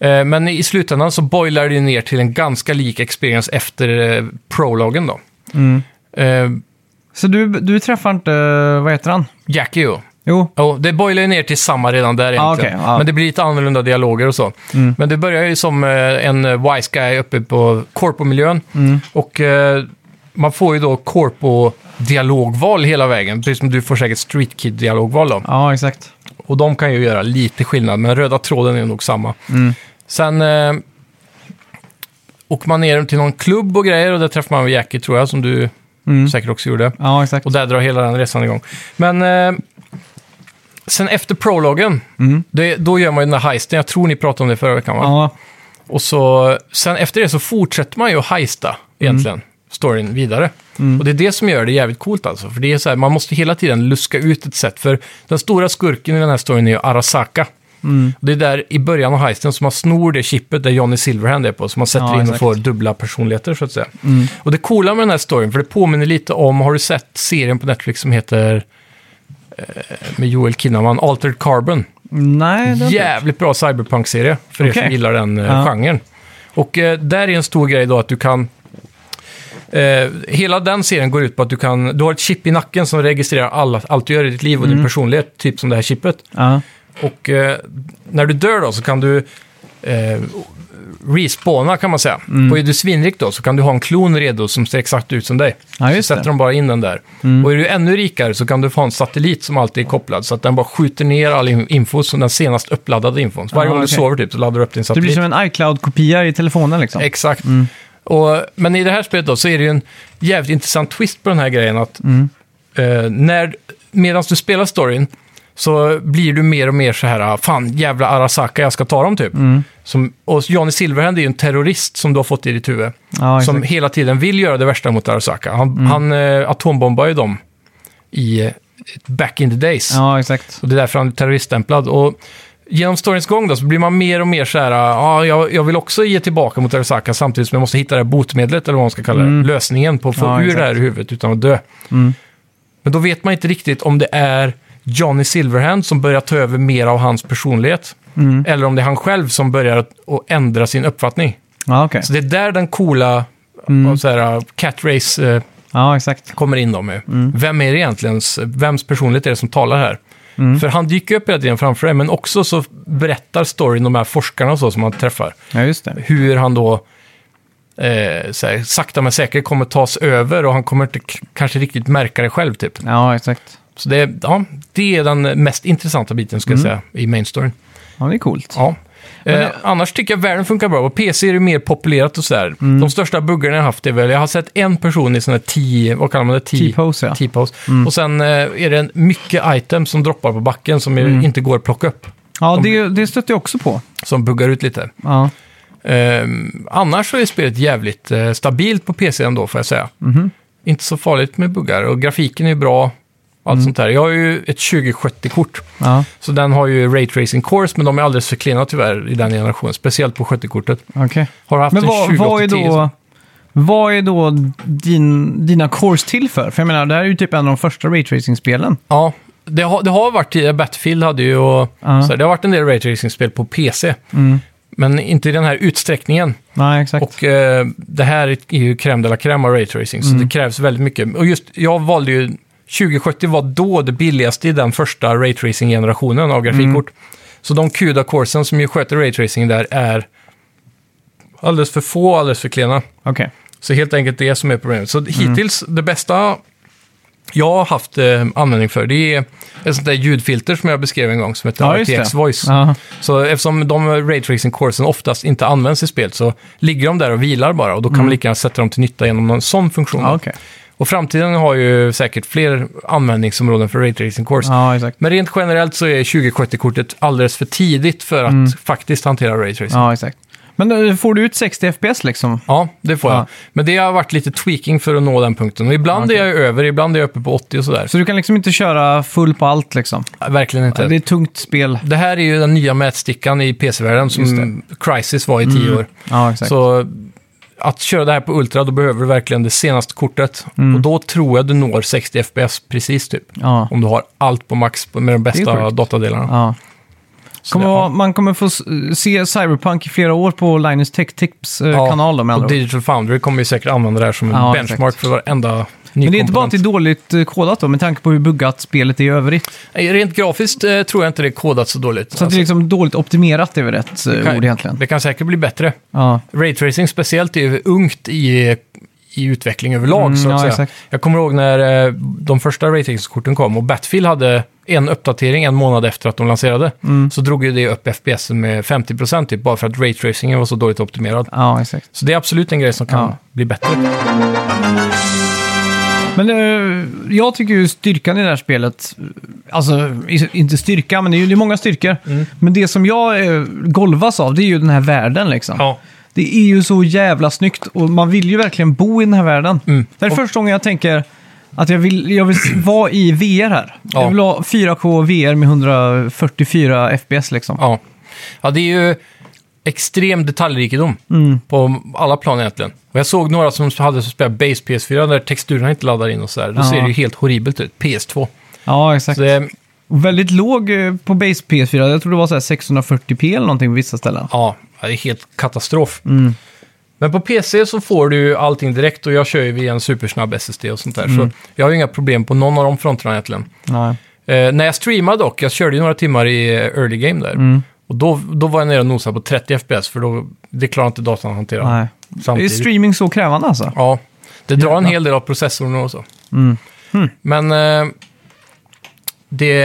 [SPEAKER 2] Eh, men i slutändan så boilar det ju ner till en ganska lik experience efter eh, prologen då. Mm. Eh,
[SPEAKER 1] Så du, du träffar inte, vad heter han?
[SPEAKER 2] Jackie ju.
[SPEAKER 1] Jo,
[SPEAKER 2] Jo, det boilar ju ner till samma redan där egentligen.
[SPEAKER 1] Ah, okej, ja. Mm.
[SPEAKER 2] Men det blir lite annorlunda dialoger och så. Men det börjar ju som eh, en eh, wise guy uppe på corpo-miljön.
[SPEAKER 1] Mm.
[SPEAKER 2] Och eh, man får ju då corpo-dialogval hela vägen. Precis som du får säkert street kid-dialogval då.
[SPEAKER 1] ja exakt.
[SPEAKER 2] Och de kan ju göra lite skillnad, men röda tråden är nog samma.
[SPEAKER 1] Mm.
[SPEAKER 2] Sen eh, åker man ner till någon klubb och grejer och där träffar man Jackie tror jag, som du
[SPEAKER 1] Mm.
[SPEAKER 2] säkert också gjorde.
[SPEAKER 1] Ja, exakt.
[SPEAKER 2] Och där drar hela den resan igång. Men eh, sen efter prologen, det, då gör man ju den här heisten. Jag tror ni pratade om det förra veckan, va?
[SPEAKER 1] Mm. Ja,
[SPEAKER 2] Och så, sen efter det så fortsätter man ju att heista egentligen,
[SPEAKER 1] Mm.
[SPEAKER 2] storyn vidare. Och det är det som gör det jävligt coolt alltså. För det är så här, man måste hela tiden luska ut ett sätt. För den stora skurken i den här storyn är ju Arasaka.
[SPEAKER 1] Mm.
[SPEAKER 2] Och det är där i början av heisten som man snor det chippet där Johnny Silverhand är på. Så man sätter
[SPEAKER 1] Ja,
[SPEAKER 2] in
[SPEAKER 1] exakt.
[SPEAKER 2] och får dubbla personligheter så att säga.
[SPEAKER 1] Mm.
[SPEAKER 2] Och det coola med den här storyn, för det påminner lite om, har du sett serien på Netflix som heter eh, med Joel Kinnaman, Altered Carbon.
[SPEAKER 1] nej. Det yeah.
[SPEAKER 2] Jävligt bra cyberpunk-serie för er
[SPEAKER 1] Okej.
[SPEAKER 2] som gillar den eh,
[SPEAKER 1] Ja.
[SPEAKER 2] genren. Och eh, där är en stor grej då att du kan... Eh, hela den serien går ut på att du kan... Du har ett chip i nacken som registrerar alla, allt du gör i ditt liv och
[SPEAKER 1] Mm.
[SPEAKER 2] din personlighet, typ som det här chippet.
[SPEAKER 1] ja.
[SPEAKER 2] Och eh, när du dör då så kan du eh, respawna kan man säga.
[SPEAKER 1] Mm.
[SPEAKER 2] Och är du svinrik då så kan du ha en klon redo som ser exakt ut som dig.
[SPEAKER 1] Ja,
[SPEAKER 2] så
[SPEAKER 1] just
[SPEAKER 2] sätter
[SPEAKER 1] det. Mm.
[SPEAKER 2] de bara in den där. Och är du ännu rikare så kan du få ha en satellit som alltid är kopplad så att den bara skjuter ner all in- info som den senast uppladdade infon. Så varje
[SPEAKER 1] Ah,
[SPEAKER 2] gång
[SPEAKER 1] okej.
[SPEAKER 2] du sover typ så laddar du upp din
[SPEAKER 1] Det blir
[SPEAKER 2] satellit.
[SPEAKER 1] som en iCloud-kopia i telefonen liksom.
[SPEAKER 2] Exakt. Och, men i det här spelet då så är det ju en jävligt intressant twist på den här grejen att
[SPEAKER 1] Mm.
[SPEAKER 2] eh, när, medan du spelar storyn så blir du mer och mer så här, ah, fan jävla Arasaka, jag ska ta dem typ.
[SPEAKER 1] Mm.
[SPEAKER 2] Som, och Johnny Silverhand är ju en terrorist som du har fått i ditt huvud.
[SPEAKER 1] Ja, exakt. Mm.
[SPEAKER 2] som hela tiden vill göra det värsta mot Arasaka. Han, han eh, atombombar ju dem i eh, back in the days.
[SPEAKER 1] Ja, exakt.
[SPEAKER 2] Och det är därför han är terroriststämplad. Och genom storyns gång då, så blir man mer och mer så här, "Ah, ja, jag, jag vill också ge tillbaka mot Arasaka samtidigt som jag måste hitta det här botemedlet, eller vad man ska kalla det, lösningen på att få
[SPEAKER 1] Mm. Ja,
[SPEAKER 2] ur
[SPEAKER 1] exakt. Mm.
[SPEAKER 2] det här i huvudet utan att dö. Men då vet man inte riktigt om det är Johnny Silverhand som börjar ta över mer av hans personlighet,
[SPEAKER 1] Mm.
[SPEAKER 2] eller om det är han själv som börjar att, att ändra sin uppfattning.
[SPEAKER 1] Ja, okej.
[SPEAKER 2] Så det är där den coola
[SPEAKER 1] Mm.
[SPEAKER 2] och så här, cat race eh,
[SPEAKER 1] Ja, exakt.
[SPEAKER 2] kommer in då med. Vem är det egentligen, vems personlighet är det som talar här? För han dyker upp hela tiden framför dig, men också så berättar storyn de här forskarna och så som han träffar.
[SPEAKER 1] Ja, just det.
[SPEAKER 2] Hur han då eh, så här, sakta men säkert kommer tas över och han kommer inte k- kanske riktigt märka det själv typ.
[SPEAKER 1] Ja, exakt.
[SPEAKER 2] Så det, ja, det är den mest intressanta biten ska jag säga i main storyn.
[SPEAKER 1] Ja, det är coolt.
[SPEAKER 2] Ja. Eh, annars tycker jag världen funkar bra. På PC är det mer populerat och sådär. De största buggarna jag haft är väl, jag har sett en person i sådana här tio, vad kallar man det? Tio-
[SPEAKER 1] T-pose, ja. Mm.
[SPEAKER 2] T-pose. Och sen eh, är det mycket items som droppar på backen som är-
[SPEAKER 1] Mm.
[SPEAKER 2] inte går att plocka upp.
[SPEAKER 1] Ja,
[SPEAKER 2] De-
[SPEAKER 1] det, det stötte jag också på.
[SPEAKER 2] Som buggar ut lite.
[SPEAKER 1] Ja,
[SPEAKER 2] Eh, annars så är spelet jävligt eh, stabilt på PC ändå får jag säga.
[SPEAKER 1] Mhm.
[SPEAKER 2] Inte så farligt med buggar och grafiken är bra.
[SPEAKER 1] Mm.
[SPEAKER 2] Allt sånt där. Jag har ju ett 2070-kort.
[SPEAKER 1] ja
[SPEAKER 2] Så den har ju Ray Tracing Cores, men de är alldeles för klena tyvärr i den generationen. Speciellt på 70-kortet.
[SPEAKER 1] okej.
[SPEAKER 2] Har haft typ
[SPEAKER 1] Men
[SPEAKER 2] en
[SPEAKER 1] vad,
[SPEAKER 2] 20
[SPEAKER 1] vad är då... Vad är då din, dina cores till för? För jag menar, det här är ju typ en av de första raytracing-spelen.
[SPEAKER 2] Ja, det har, det har varit tidigare. Battlefield hade ju och, så här, Det har varit en del raytracing-spel på PC. Men inte i den här utsträckningen.
[SPEAKER 1] Nej, exakt.
[SPEAKER 2] Och eh, det här är ju crème de la crème av raytracing, så
[SPEAKER 1] Mm.
[SPEAKER 2] det krävs väldigt mycket. Och just, jag valde ju... 2070 var då det billigaste i den första raytracing-generationen av grafikkort.
[SPEAKER 1] Mm.
[SPEAKER 2] Så de CUDA-coresen som ju sköter raytracing där är alldeles för få och alldeles för klena.
[SPEAKER 1] Okej.
[SPEAKER 2] Så helt enkelt det som är problemet.
[SPEAKER 1] Mm.
[SPEAKER 2] Så hittills, det bästa jag har haft eh, användning för, det är ett sånt där ljudfilter som jag beskrev en gång som heter
[SPEAKER 1] Ja, just det.
[SPEAKER 2] RTX Voice.
[SPEAKER 1] Ja.
[SPEAKER 2] Så eftersom de raytracing-coursen oftast inte används i spel så ligger de där och vilar bara och då kan man lika gärna sätta dem till nytta genom någon sån funktion.
[SPEAKER 1] Ja, Mm. Ah, okej.
[SPEAKER 2] Och framtiden har ju säkert fler användningsområden för raytracing-course.
[SPEAKER 1] Ja, exakt.
[SPEAKER 2] Men rent generellt så är 2070-kortet alldeles för tidigt för att faktiskt hantera raytracing.
[SPEAKER 1] Mm. Ja, exakt. Men eh, får du ut 60 FPS liksom?
[SPEAKER 2] Ja, det får jag.
[SPEAKER 1] Ja.
[SPEAKER 2] Men det har varit lite tweaking för att nå den punkten. Och ibland är jag över, ibland är jag uppe på 80 och sådär.
[SPEAKER 1] Så du kan liksom inte köra full på allt liksom?
[SPEAKER 2] Ja, Verkligen inte.
[SPEAKER 1] Det är
[SPEAKER 2] det...
[SPEAKER 1] ett tungt spel.
[SPEAKER 2] här är ju den nya mätstickan i PC-världen som Crisis var i tio
[SPEAKER 1] Mm.
[SPEAKER 2] år.
[SPEAKER 1] Ja, exakt.
[SPEAKER 2] Så att köra det här på Ultra, då behöver du verkligen det senaste kortet.
[SPEAKER 1] Mm.
[SPEAKER 2] Och då tror jag du når 60 FPS precis typ.
[SPEAKER 1] Ja.
[SPEAKER 2] Om du har allt på max på- med de bästa
[SPEAKER 1] sjukt.
[SPEAKER 2] datadelarna.
[SPEAKER 1] Ja.
[SPEAKER 2] Så
[SPEAKER 1] Kommer
[SPEAKER 2] det-
[SPEAKER 1] vara- man kommer få s- se Cyberpunk i flera år på Linus Tech Tips eh, kanal då, med andra
[SPEAKER 2] Och
[SPEAKER 1] ord.
[SPEAKER 2] Digital Foundry kommer ju säkert använda det här som en
[SPEAKER 1] Ja, exakt.
[SPEAKER 2] benchmark för varenda ny
[SPEAKER 1] Men det är inte bara att det är dåligt eh, kodat då, med tanke på hur buggat spelet är i övrigt.
[SPEAKER 2] Nej, Rent grafiskt eh, tror jag inte det är kodat så dåligt. Alltså,
[SPEAKER 1] Så att det är liksom dåligt optimerat är väl rätt eh, ord egentligen.
[SPEAKER 2] Det kan säkert bli bättre.
[SPEAKER 1] Ja,
[SPEAKER 2] Raytracing speciellt är ju ungt i, i utveckling överlag.
[SPEAKER 1] Mm,
[SPEAKER 2] så att
[SPEAKER 1] ja,
[SPEAKER 2] säga.
[SPEAKER 1] exakt.
[SPEAKER 2] Jag kommer ihåg när eh, de första raytracing-korten kom och Battlefield hade en uppdatering en månad efter att de lanserade.
[SPEAKER 1] Mm.
[SPEAKER 2] Så drog ju det upp FPS med 50% typ, bara för att raytracingen var så dåligt optimerad.
[SPEAKER 1] ja exakt.
[SPEAKER 2] Så det är absolut en grej som kan
[SPEAKER 1] Ja.
[SPEAKER 2] bli bättre.
[SPEAKER 1] Men eh, jag tycker ju styrkan i det här spelet, eh, alltså i- inte styrka, men det är ju det är många styrkor.
[SPEAKER 2] Mm.
[SPEAKER 1] Men det som jag eh, golvas av, det är ju den här världen liksom.
[SPEAKER 2] Ja.
[SPEAKER 1] Det är ju så jävla snyggt och man vill ju verkligen bo i den här världen.
[SPEAKER 2] Mm.
[SPEAKER 1] Det är första gången jag tänker att jag vill, jag vill vara i VR här.
[SPEAKER 2] Ja.
[SPEAKER 1] Jag vill ha 4K VR med 144 FPS liksom.
[SPEAKER 2] Ja. ja, det är ju extrem detaljrikedom
[SPEAKER 1] Mm.
[SPEAKER 2] på alla plan egentligen. Och jag såg några som hade spelat Base PS4 där texturerna inte laddar in och sådär. Då
[SPEAKER 1] Ja.
[SPEAKER 2] ser det ju helt horribelt ut. PS2.
[SPEAKER 1] Ja, exakt.
[SPEAKER 2] Så det,
[SPEAKER 1] Och Väldigt låg eh, på base PS4. Jag tror det var så här 640p eller någonting på vissa ställen.
[SPEAKER 2] Ja, det är helt katastrof. Men på PC så får du ju allting direkt och jag kör ju via en supersnabb SSD och sånt där. Så jag har ju inga problem på någon av de fronterna egentligen.
[SPEAKER 1] Nej.
[SPEAKER 2] Eh, när jag streamade dock, jag körde ju några timmar i eh, early game där. Och då, då var jag nere och nosade på 30 FPS för då, det klarar inte datan att hantera.
[SPEAKER 1] Nej. Är
[SPEAKER 2] Samtidigt.
[SPEAKER 1] streaming så krävande alltså?
[SPEAKER 2] Ja, det drar en hel del av processorn och så. Men eh, det,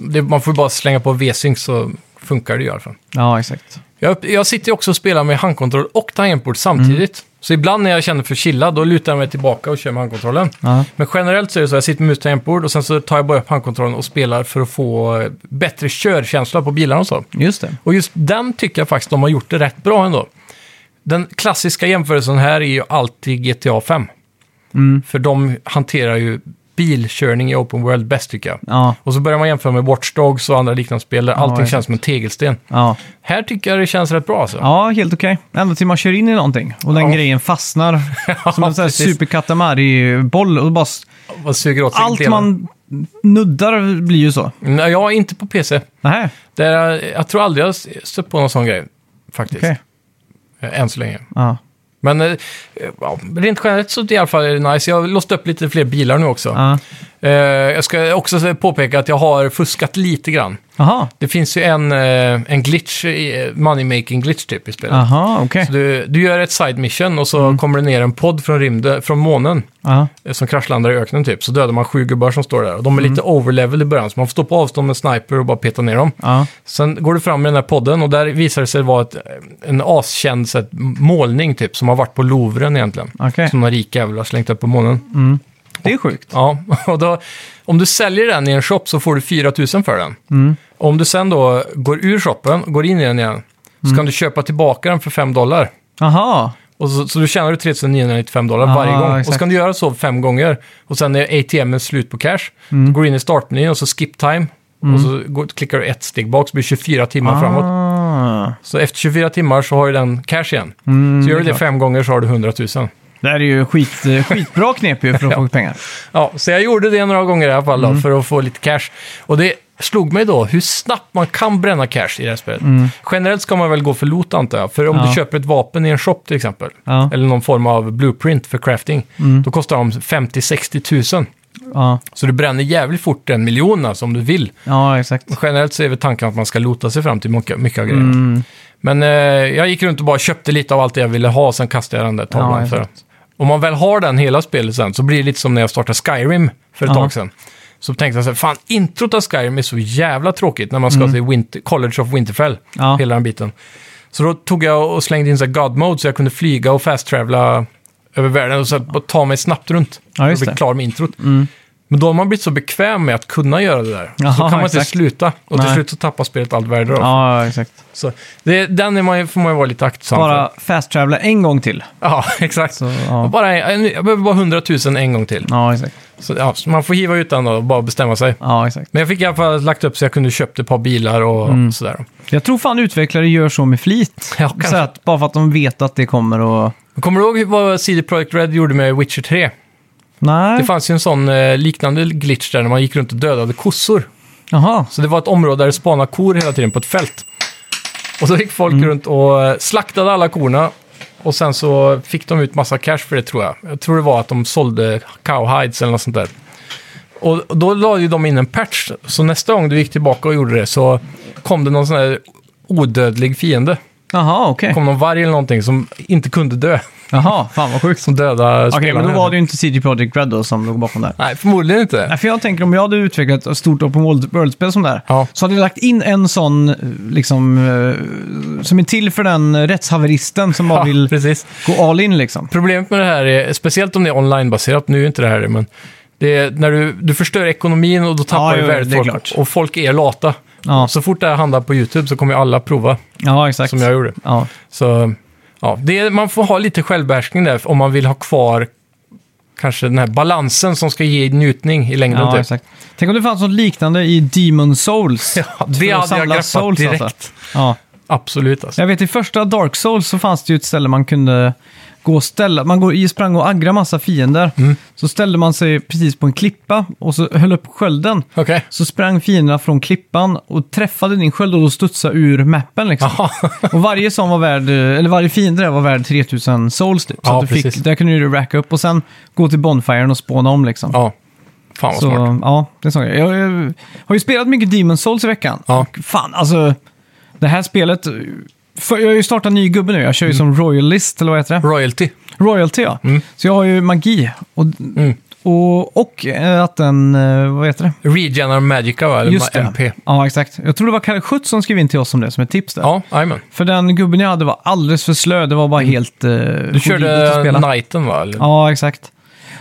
[SPEAKER 2] det, man får ju bara slänga på V-Sync så funkar det ju i alla fall.
[SPEAKER 1] Ja, exakt.
[SPEAKER 2] Jag, jag sitter ju också och spelar med handkontroll och tangentbord samtidigt.
[SPEAKER 1] Mm.
[SPEAKER 2] Så ibland när jag känner för chilla, då lutar jag mig tillbaka och kör med handkontrollen.
[SPEAKER 1] Ja.
[SPEAKER 2] Men generellt så är det så att jag sitter med mus och tangentbord och sen så tar jag bara upp handkontrollen och spelar för att få eh, bättre körkänsla på bilarna och så.
[SPEAKER 1] Just det.
[SPEAKER 2] Och just den tycker jag faktiskt de har gjort det rätt bra ändå. Den
[SPEAKER 1] Mm.
[SPEAKER 2] klassiska jämförelsen här är ju alltid GTA 5. För de hanterar ju bilkörning i open world bäst tycker jag.
[SPEAKER 1] Ja,
[SPEAKER 2] Och så börjar man jämföra med Watch Dogs och andra liknande spel där allting
[SPEAKER 1] exakt.
[SPEAKER 2] känns som en tegelsten.
[SPEAKER 1] ja.
[SPEAKER 2] Här tycker jag det känns rätt bra alltså.
[SPEAKER 1] ja helt okej. Ända till man kör in i någonting och den
[SPEAKER 2] Ja.
[SPEAKER 1] grejen fastnar. som en sån här
[SPEAKER 2] precis.
[SPEAKER 1] super katamari-boll. Och bara, s-
[SPEAKER 2] Vad suger åt sig
[SPEAKER 1] allt
[SPEAKER 2] delar.
[SPEAKER 1] man nuddar blir ju så.
[SPEAKER 2] Nej, jag är inte på PC.
[SPEAKER 1] Nähä,
[SPEAKER 2] Det är, jag tror aldrig jag har stött på någon sån grej, faktiskt.
[SPEAKER 1] okej.
[SPEAKER 2] Eh, Än så länge.
[SPEAKER 1] Ja.
[SPEAKER 2] Men eh, ja, rent generellt så i alla fall är det nice. Jag har låst upp lite fler bilar nu också.
[SPEAKER 1] Ja.
[SPEAKER 2] Eh, jag ska också påpeka att jag har fuskat lite grann.
[SPEAKER 1] Aha,
[SPEAKER 2] Det finns ju en, eh, en glitch, i- money-making glitch typ i spelet.
[SPEAKER 1] aha okej.
[SPEAKER 2] Så du, du gör ett side mission och så kommer det ner en podd från, rymden, från månen
[SPEAKER 1] Ja.
[SPEAKER 2] eh, som kraschlandar i öknen typ. Så dödar man sju gubbar som står där. Och de är lite overlevel i början, så man får stå på avstånd med sniper och bara peta ner dem.
[SPEAKER 1] Ja.
[SPEAKER 2] Sen går du fram med den här podden och där visar det sig vara ett, en askänd så här, målning typ, som har varit på Louvren egentligen.
[SPEAKER 1] Okej.
[SPEAKER 2] Som några rika jävlar har slängt upp på månen.
[SPEAKER 1] Det är sjukt.
[SPEAKER 2] Ja, och då, om du säljer den i en shop så får du 4 000 för den. Om du sen då går ur shoppen och går in i den igen, så kan du köpa tillbaka den för 5 dollar.
[SPEAKER 1] Aha,
[SPEAKER 2] Och så, så du tjänar du 3995 dollar
[SPEAKER 1] Ah,
[SPEAKER 2] varje gång. Och
[SPEAKER 1] exakt.
[SPEAKER 2] så kan du göra så fem gånger. Och sen är ATM slut på cash. Så går du in i startmenyn och så skip time. Och så går, klickar du ett steg bak så blir det 24 timmar framåt.
[SPEAKER 1] Ah.
[SPEAKER 2] Så efter 24 timmar så har ju den cash igen. så gör du det fem gånger så har du 100 000.
[SPEAKER 1] Det här är ju skit, eh, skitbra knep ju för att få pengar.
[SPEAKER 2] Ja, så jag gjorde det några gånger i alla fall då,
[SPEAKER 1] Mm.
[SPEAKER 2] för att få lite cash. Och det slog mig då hur snabbt man kan bränna cash i det här spelet. Generellt ska man väl gå för loot antar jag. För om
[SPEAKER 1] Mm. Ja.
[SPEAKER 2] du köper ett vapen i en shop till exempel,
[SPEAKER 1] Ja. Mm.
[SPEAKER 2] eller någon form av blueprint för crafting, då kostar de 50-60 000.
[SPEAKER 1] Ja,
[SPEAKER 2] Så du bränner jävligt fort en miljon alltså, om du vill.
[SPEAKER 1] ja exakt.
[SPEAKER 2] Generellt så är väl tanken att man ska lota sig fram till mycket, mycket av grejerna. Men eh, jag gick runt och bara köpte lite av allt det jag ville ha, sen kastade jag den där tavlan.
[SPEAKER 1] Ja,
[SPEAKER 2] för
[SPEAKER 1] exakt.
[SPEAKER 2] om man väl har den hela spelet sen så blir det lite som när jag startade Skyrim för ett
[SPEAKER 1] Ja.
[SPEAKER 2] tag sedan. Så tänkte jag så här, fan introt av Skyrim är så jävla tråkigt när man ska till Winter, College of Winterfell,
[SPEAKER 1] Mm. Ja.
[SPEAKER 2] hela den biten. Så då tog jag och slängde in så här God Mode så jag kunde flyga och fast-travela över världen och så här, bara ta mig snabbt runt.
[SPEAKER 1] Ja,
[SPEAKER 2] för
[SPEAKER 1] just
[SPEAKER 2] att bli
[SPEAKER 1] det. Mm.
[SPEAKER 2] klar med introt. Men då har man blivit så bekväm med att kunna göra det där.
[SPEAKER 1] Jaha,
[SPEAKER 2] så kan man inte
[SPEAKER 1] exakt.
[SPEAKER 2] sluta. Och till
[SPEAKER 1] Nej.
[SPEAKER 2] slut så tappar spelet allt värde då.
[SPEAKER 1] Ja, exakt.
[SPEAKER 2] Så det, den är man, ju- får man ju vara lite aktsam
[SPEAKER 1] Bara
[SPEAKER 2] för.
[SPEAKER 1] fast-travela en gång till.
[SPEAKER 2] Ja, exakt.
[SPEAKER 1] Så, ja.
[SPEAKER 2] Bara en, jag behöver bara 100 000 en gång till.
[SPEAKER 1] Ja, exakt.
[SPEAKER 2] Så, ja, så man får hiva ut den och bara bestämma sig.
[SPEAKER 1] Ja, exakt.
[SPEAKER 2] Men jag fick i alla fall lagt upp så jag kunde köpt ett par bilar och
[SPEAKER 1] Mm.
[SPEAKER 2] sådär.
[SPEAKER 1] Jag tror fan utvecklare gör så med flit.
[SPEAKER 2] Ja, kanske.
[SPEAKER 1] så att, bara för att de vet att det kommer och...
[SPEAKER 2] Kommer du ihåg vad CD Projekt Red gjorde med Witcher 3?
[SPEAKER 1] Nej.
[SPEAKER 2] Det fanns ju en sån eh, liknande glitch där när man gick runt och dödade kossor.
[SPEAKER 1] Jaha.
[SPEAKER 2] Så det var ett område där det spanade kor hela tiden på ett fält. Och så gick folk
[SPEAKER 1] Mm.
[SPEAKER 2] runt och eh, slaktade alla korna. Och sen så fick de ut massa cash för det tror jag. Jag tror det var att de sålde cowhides eller något sånt där. Och då la ju de in en patch. Så nästa gång du gick tillbaka och gjorde det så kom det någon sån här odödlig fiende.
[SPEAKER 1] Jaha, okej.
[SPEAKER 2] Det kom någon varg eller någonting som inte kunde dö.
[SPEAKER 1] Jaha, fan vad sjukt.
[SPEAKER 2] Som dödade
[SPEAKER 1] Okej,
[SPEAKER 2] spelarna.
[SPEAKER 1] men då var det ju inte CD Projekt Red då som låg bakom där.
[SPEAKER 2] Nej, förmodligen inte.
[SPEAKER 1] Nej, för jag tänker om jag hade utvecklat ett stort open world- world-spel som det här,
[SPEAKER 2] Ja.
[SPEAKER 1] så hade jag lagt in en sån eh, liksom, eh, som är till för den eh, rättshaveristen som bara
[SPEAKER 2] Ja,
[SPEAKER 1] vill
[SPEAKER 2] precis.
[SPEAKER 1] gå all in liksom.
[SPEAKER 2] Problemet med det här är, speciellt om det är online-baserat, nu är inte det här det, men det är när du, du förstör ekonomin och då tappar
[SPEAKER 1] Ja,
[SPEAKER 2] du
[SPEAKER 1] jo,
[SPEAKER 2] värdet
[SPEAKER 1] det är
[SPEAKER 2] folk,
[SPEAKER 1] klart.
[SPEAKER 2] och folk är lata.
[SPEAKER 1] Ja.
[SPEAKER 2] Så fort det här handlar på YouTube så kommer ju alla prova,
[SPEAKER 1] Ja, exakt.
[SPEAKER 2] som jag gjorde.
[SPEAKER 1] Ja,
[SPEAKER 2] Så ja, det är, man får ha lite självbehärskning där om man vill ha kvar kanske den här balansen som ska ge njutning i längden.
[SPEAKER 1] ja
[SPEAKER 2] typ.
[SPEAKER 1] exakt. Tänk om det fanns något liknande i Demon Souls.
[SPEAKER 2] Ja, det
[SPEAKER 1] För att
[SPEAKER 2] hade jag
[SPEAKER 1] samla
[SPEAKER 2] greppat direkt.
[SPEAKER 1] alltså. Ja.
[SPEAKER 2] Absolut alltså.
[SPEAKER 1] Jag vet i första Dark Souls så fanns det ju ett ställe man kunde gå och ställa, man går, sprang och aggra massa fiender.
[SPEAKER 2] Mm.
[SPEAKER 1] Så ställde man sig precis på en klippa och så höll upp skölden.
[SPEAKER 2] Okej.
[SPEAKER 1] Så sprang fienderna från klippan och träffade din sköld och då studsade ur mappen liksom.
[SPEAKER 2] Jaha.
[SPEAKER 1] Och varje sån var värd, eller varje fiende där var värd 3000 souls typ. Så
[SPEAKER 2] Ja,
[SPEAKER 1] att du
[SPEAKER 2] precis.
[SPEAKER 1] fick, där kunde du racka upp och sen gå till Bonfiren och spåna om liksom.
[SPEAKER 2] Ja. Fan vad smart.
[SPEAKER 1] så, ja, det är en sån grej. Jag, jag har ju spelat mycket Demon Souls i veckan.
[SPEAKER 2] Ja.
[SPEAKER 1] Och fan, alltså det här spelet... För, jag har ju startat en ny gubbe nu. Jag kör ju
[SPEAKER 2] Mm.
[SPEAKER 1] som Royalist, eller vad heter det?
[SPEAKER 2] Royalty.
[SPEAKER 1] Royalty, ja. Så jag har ju magi. Och,
[SPEAKER 2] Mm.
[SPEAKER 1] och, och eh, att den... eh, Vad heter det?
[SPEAKER 2] Regenerar Magica va? Eller
[SPEAKER 1] Just det.
[SPEAKER 2] MP.
[SPEAKER 1] Ja, exakt. Jag tror det var Kalle Schütz som skrev in till oss om det som ett tips där.
[SPEAKER 2] Ja, jajamän.
[SPEAKER 1] För den gubben jag hade var alldeles för slö. Det var bara helt... eh,
[SPEAKER 2] Mm. Du
[SPEAKER 1] horribelt att
[SPEAKER 2] körde
[SPEAKER 1] spela.
[SPEAKER 2] Knighten va? Eller?
[SPEAKER 1] Ja, exakt.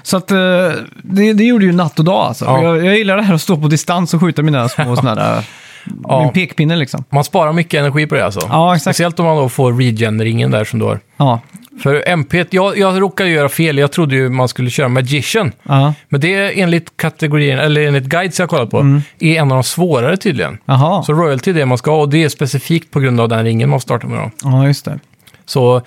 [SPEAKER 1] Så att eh, det, det gjorde ju natt och dag alltså.
[SPEAKER 2] Ja.
[SPEAKER 1] Jag, jag gillar det här att stå på distans och skjuta mina små sådana där...
[SPEAKER 2] Ja.
[SPEAKER 1] Min pekpinne liksom.
[SPEAKER 2] Man sparar mycket energi på det alltså.
[SPEAKER 1] Ja, exakt.
[SPEAKER 2] Speciellt om man då får regen-ringen där som du har.
[SPEAKER 1] Ja,
[SPEAKER 2] För MP, jag, jag råkade göra fel. Jag trodde ju man skulle köra Magician.
[SPEAKER 1] Ja.
[SPEAKER 2] Men det är enligt kategorin, eller enligt guides jag kollat på,
[SPEAKER 1] Mm.
[SPEAKER 2] är en av de svårare tydligen.
[SPEAKER 1] Jaha,
[SPEAKER 2] Så royalty är det man ska ha och det är specifikt på grund av den ringen man startar med. Då.
[SPEAKER 1] ja just det.
[SPEAKER 2] Så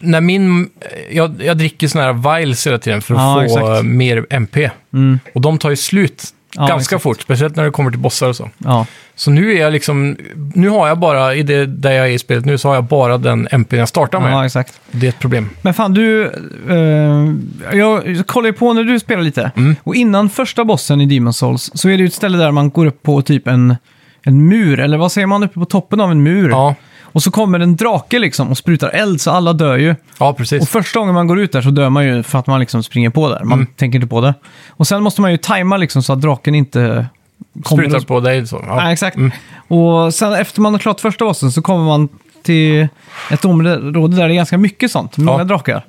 [SPEAKER 2] när min, jag, jag dricker såna här vials hela tiden för att
[SPEAKER 1] Ja,
[SPEAKER 2] få
[SPEAKER 1] exakt.
[SPEAKER 2] eh, mer MP.
[SPEAKER 1] Mm.
[SPEAKER 2] Och de tar ju slut
[SPEAKER 1] Ja,
[SPEAKER 2] ganska
[SPEAKER 1] exakt.
[SPEAKER 2] fort, speciellt när det kommer till bossar och så.
[SPEAKER 1] Ja.
[SPEAKER 2] Så nu är jag liksom, nu har jag bara, i det där jag är i spelet nu, så har jag bara den MP jag startar med.
[SPEAKER 1] ja, exakt. Mm.
[SPEAKER 2] Det är ett problem.
[SPEAKER 1] Men fan, du... Eh, jag kollar ju på när du spelar lite.
[SPEAKER 2] Mm.
[SPEAKER 1] Och innan första bossen i Demon's Souls så är det ju ett ställe där man går upp på typ en, en mur, eller vad säger man, uppe på toppen av en mur.
[SPEAKER 2] Ja,
[SPEAKER 1] Och så kommer en drake liksom och sprutar eld så alla dör ju.
[SPEAKER 2] ja precis.
[SPEAKER 1] Och första gången man går ut där så dör man ju för att man liksom springer på där.
[SPEAKER 2] Mm.
[SPEAKER 1] Man tänker inte på det. Och sen måste man ju tajma liksom så att draken inte kommer
[SPEAKER 2] Sprutar
[SPEAKER 1] och
[SPEAKER 2] på Mm. dig så. Ja.
[SPEAKER 1] Ja, exakt. Och sen efter man har klart första bossen så kommer man till ett område där det är ganska mycket sånt. Många
[SPEAKER 2] Ja.
[SPEAKER 1] drakar.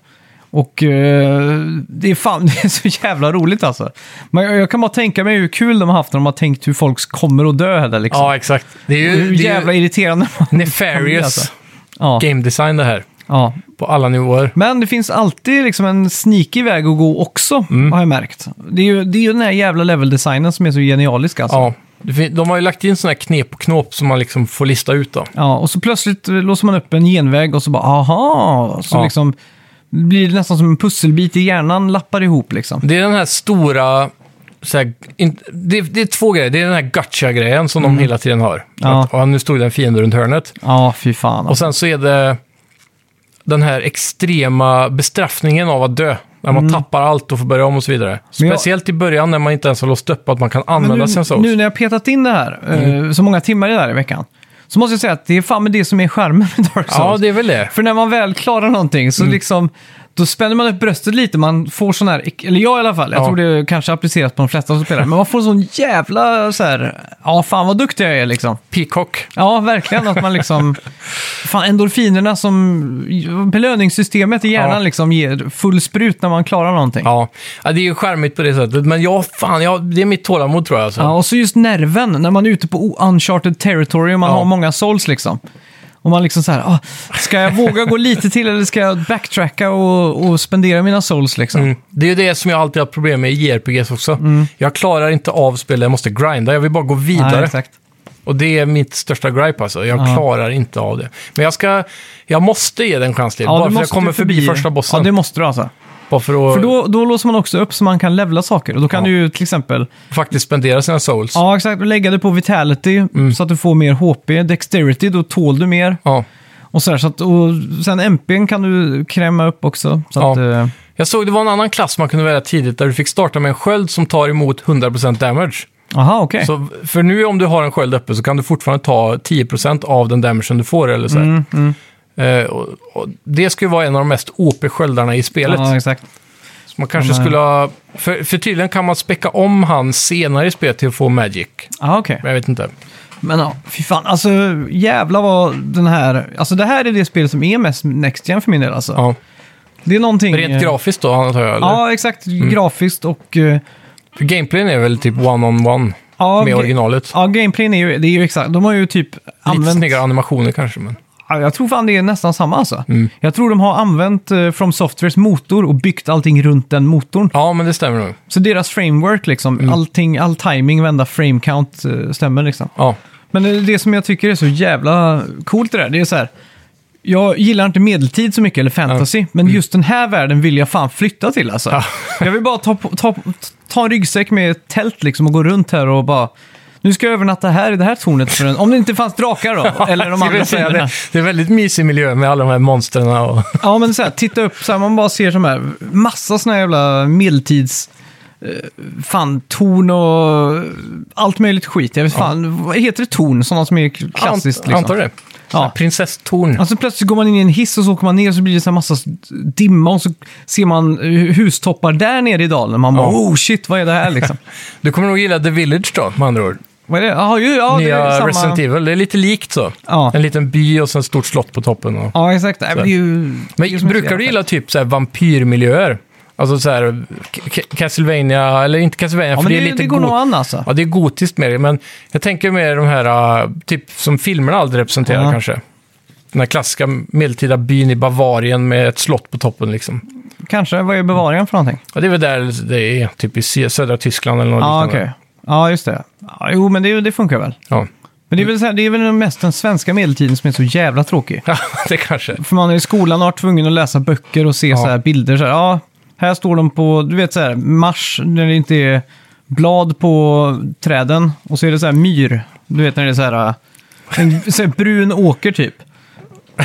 [SPEAKER 1] Och eh, det, är fan, det är så jävla roligt alltså. Men jag, jag kan bara tänka mig hur kul de har haft när de har tänkt hur folk kommer att dö här. Liksom.
[SPEAKER 2] ja, exakt. Det är ju,
[SPEAKER 1] hur
[SPEAKER 2] det är
[SPEAKER 1] jävla
[SPEAKER 2] ju
[SPEAKER 1] irriterande man
[SPEAKER 2] nefarious
[SPEAKER 1] Alltså. ja,
[SPEAKER 2] game design det här.
[SPEAKER 1] ja.
[SPEAKER 2] På alla nivåer.
[SPEAKER 1] Men det finns alltid liksom en sneaky väg att gå också,
[SPEAKER 2] Mm.
[SPEAKER 1] har jag märkt. Det är ju, det är ju den här jävla leveldesignen som är så genialisk alltså.
[SPEAKER 2] Ja. Det fin- De har ju lagt in sådana här knep och knåp som man liksom får lista ut då.
[SPEAKER 1] Ja, och så plötsligt eh, låser man upp en genväg och så bara aha! Så
[SPEAKER 2] Ja.
[SPEAKER 1] liksom blir det nästan som en pusselbit i hjärnan lappar ihop liksom.
[SPEAKER 2] Det är den här stora... Så här, in, det, det är två grejer. Det är den här gacha-grejen som de hela tiden har.
[SPEAKER 1] Mm. Ja.
[SPEAKER 2] Att, "Ah, nu stod det en fiende runt hörnet.
[SPEAKER 1] Ja, fy fan.
[SPEAKER 2] Och
[SPEAKER 1] Alltså.
[SPEAKER 2] sen så är det den här extrema bestraffningen av att dö. När man tappar allt och får börja om och så vidare.
[SPEAKER 1] Mm. Men jag-
[SPEAKER 2] Speciellt i början när man inte ens har låst upp att man kan använda Mm.
[SPEAKER 1] nu,
[SPEAKER 2] sina souls.
[SPEAKER 1] nu när jag petat in det här, eh, så många timmar i det här i veckan, så måste jag säga att det är fan med det som är skärmen med Dark Souls.
[SPEAKER 2] ja, det är väl det.
[SPEAKER 1] För när man väl klarar någonting
[SPEAKER 2] Mm.
[SPEAKER 1] så liksom, då spänner man upp bröstet lite. Man får sån här, eller jag i alla fall, jag
[SPEAKER 2] Ja.
[SPEAKER 1] tror det kanske appliceras på de flesta som spelar, men man får sån jävla så här, ja fan vad duktig jag är liksom.
[SPEAKER 2] Peacock.
[SPEAKER 1] Ja, verkligen. Att man liksom... Fan, endorfinerna som... Belöningssystemet i hjärnan
[SPEAKER 2] Ja.
[SPEAKER 1] liksom ger full sprut när man klarar någonting. Ja.
[SPEAKER 2] Ja. ja, det är ju charmigt på det sättet. Men jag, fan, jag, det är mitt tålamod tror jag. Alltså.
[SPEAKER 1] och så just nerven när man är ute på o- uncharted territory och man
[SPEAKER 2] Ja.
[SPEAKER 1] har många souls liksom. Och man liksom så här, ah, ska jag våga gå lite till eller ska jag backtracka och, och spendera mina souls liksom?
[SPEAKER 2] Mm. Det är ju det som jag alltid har problem med i JRPGs också. Jag klarar inte av spel där jag måste grinda. Jag vill bara gå
[SPEAKER 1] Mm. Nej,
[SPEAKER 2] vidare.
[SPEAKER 1] exakt.
[SPEAKER 2] och det är mitt största gripe alltså. Jag klarar inte av det. Men jag ska... Jag måste ge den en chans till.
[SPEAKER 1] Ja, du
[SPEAKER 2] bara för jag
[SPEAKER 1] måste
[SPEAKER 2] kommer
[SPEAKER 1] ju
[SPEAKER 2] förbi, första bossen.
[SPEAKER 1] Ja, det måste du alltså.
[SPEAKER 2] Bara för att
[SPEAKER 1] För då, då låser man också upp så man kan levla saker. Och då kan
[SPEAKER 2] Ja.
[SPEAKER 1] du ju till exempel
[SPEAKER 2] faktiskt spendera sina souls.
[SPEAKER 1] Ja, exakt. Och Lägga det på vitality
[SPEAKER 2] Mm.
[SPEAKER 1] så att du får mer HP. Dexterity, då tål du mer.
[SPEAKER 2] Ja.
[SPEAKER 1] Och, så här, så att, och sen MPn kan du kräma upp också. Så
[SPEAKER 2] Ja.
[SPEAKER 1] att, eh,
[SPEAKER 2] Jag såg det var en annan klass man kunde välja tidigt där du fick starta med en sköld som tar emot 100% damage.
[SPEAKER 1] aha, okej.
[SPEAKER 2] Så, för nu om du har en sköld uppe så kan du fortfarande ta 10% av den damagen du får eller så. här.
[SPEAKER 1] Mm,
[SPEAKER 2] Eh, och, och det ska ju vara en av de mest OP-sköldarna i spelet.
[SPEAKER 1] Ja, exakt.
[SPEAKER 2] Så man kanske
[SPEAKER 1] Ja, men-
[SPEAKER 2] skulle ha... För, för tydligen kan man späcka om han senare i spelet till att få magic.
[SPEAKER 1] Ja, okej.
[SPEAKER 2] Men jag vet inte.
[SPEAKER 1] Men ja, fy fan. Alltså, jävla vad den här... Alltså, det här är det spel som är mest next gen för min del alltså.
[SPEAKER 2] Ja.
[SPEAKER 1] Det är någonting...
[SPEAKER 2] Rent Mm.
[SPEAKER 1] eh,
[SPEAKER 2] grafiskt då antar jag, eller?
[SPEAKER 1] Ja, exakt. Grafiskt och... eh,
[SPEAKER 2] För gameplayen är väl typ one-on-one
[SPEAKER 1] Ja,
[SPEAKER 2] med
[SPEAKER 1] ga-
[SPEAKER 2] originalet.
[SPEAKER 1] Ja, gameplayn är ju, det är ju exakt. De har ju typ
[SPEAKER 2] Lite
[SPEAKER 1] använt...
[SPEAKER 2] snyggare animationer kanske, men...
[SPEAKER 1] Ja, Jag tror fan det är nästan samma alltså.
[SPEAKER 2] Mm.
[SPEAKER 1] Jag tror de har använt eh, From Softwares motor och byggt allting runt den motorn.
[SPEAKER 2] Ja, men det stämmer nog.
[SPEAKER 1] Så deras framework, liksom,
[SPEAKER 2] Mm.
[SPEAKER 1] allting, all timing, vända frame count eh, stämmer liksom.
[SPEAKER 2] Ja.
[SPEAKER 1] Men det, det som jag tycker är så jävla coolt det där, det är så här. Jag gillar inte medeltid så mycket, eller fantasy,
[SPEAKER 2] Mm.
[SPEAKER 1] men just den här världen vill jag fan flytta till alltså. Jag vill bara ta, på- ta, ta en ryggsäck med ett tält liksom och gå runt här och bara... Nu ska jag övernatta här i det här tornet, för en, om det inte fanns drakar då, eller de
[SPEAKER 2] Jag
[SPEAKER 1] andra
[SPEAKER 2] vill säga
[SPEAKER 1] fienderna.
[SPEAKER 2] det, det är väldigt mysig miljö med alla de här monstren och...
[SPEAKER 1] Ja, men så här, titta upp så här, man bara ser som här, massa såna här jävla medeltids... Eh, fan, torn och allt möjligt skit. Jag vet fan, vad heter det torn? Sådana som är klassiskt
[SPEAKER 2] Ant-
[SPEAKER 1] liksom.
[SPEAKER 2] Antar det. Ja.
[SPEAKER 1] Ja.
[SPEAKER 2] Prinsesstorn.
[SPEAKER 1] Alltså plötsligt går man in i en hiss och så åker man ner och så blir det så här massa dimma och så ser man eh, hustoppar där nere i dalen. Man bara
[SPEAKER 2] Ja.
[SPEAKER 1] oh shit, vad är det här liksom?
[SPEAKER 2] Du kommer nog gilla The Village då, med andra ord.
[SPEAKER 1] vad är det? Ja, ju, ja, det
[SPEAKER 2] Nya
[SPEAKER 1] är samma...
[SPEAKER 2] Resident Evil. Det är lite likt så.
[SPEAKER 1] Ja.
[SPEAKER 2] En liten by och sen ett stort slott på toppen. Och...
[SPEAKER 1] Ja, exakt. Nej, men det är ju... det är ju
[SPEAKER 2] Men
[SPEAKER 1] som ett
[SPEAKER 2] brukar
[SPEAKER 1] jävla-
[SPEAKER 2] du gilla typ så här vampyrmiljöer? Alltså så här K- K- Castlevania, eller inte Castlevania,
[SPEAKER 1] Ja,
[SPEAKER 2] för
[SPEAKER 1] men
[SPEAKER 2] det,
[SPEAKER 1] det,
[SPEAKER 2] är lite
[SPEAKER 1] det går
[SPEAKER 2] go-
[SPEAKER 1] nog an alltså.
[SPEAKER 2] Ja, det är gotiskt med det, men jag tänker mer de här, äh, typ som filmerna aldrig representerar
[SPEAKER 1] Ja.
[SPEAKER 2] kanske. den här klassiska medeltida byn i Bavarien med ett slott på toppen liksom.
[SPEAKER 1] Kanske, vad är Bavarien för någonting?
[SPEAKER 2] Och det är väl där det är, typ i sö- södra Tyskland eller något
[SPEAKER 1] Ja, okej.
[SPEAKER 2] liknande.
[SPEAKER 1] Ja, just det. Ja, jo, men det, det funkar väl.
[SPEAKER 2] Ja.
[SPEAKER 1] Men det är väl, så här, det är väl mest den svenska medeltiden som är så jävla tråkig.
[SPEAKER 2] ja, det kanske.
[SPEAKER 1] För man är i skolan och har tvungen att läsa böcker och se så här bilder. Så här, ja, här står de på, du vet så här, mars, när det inte är blad på träden. Och så är det så här myr, du vet när det är så här, äh, en så här brun åker typ.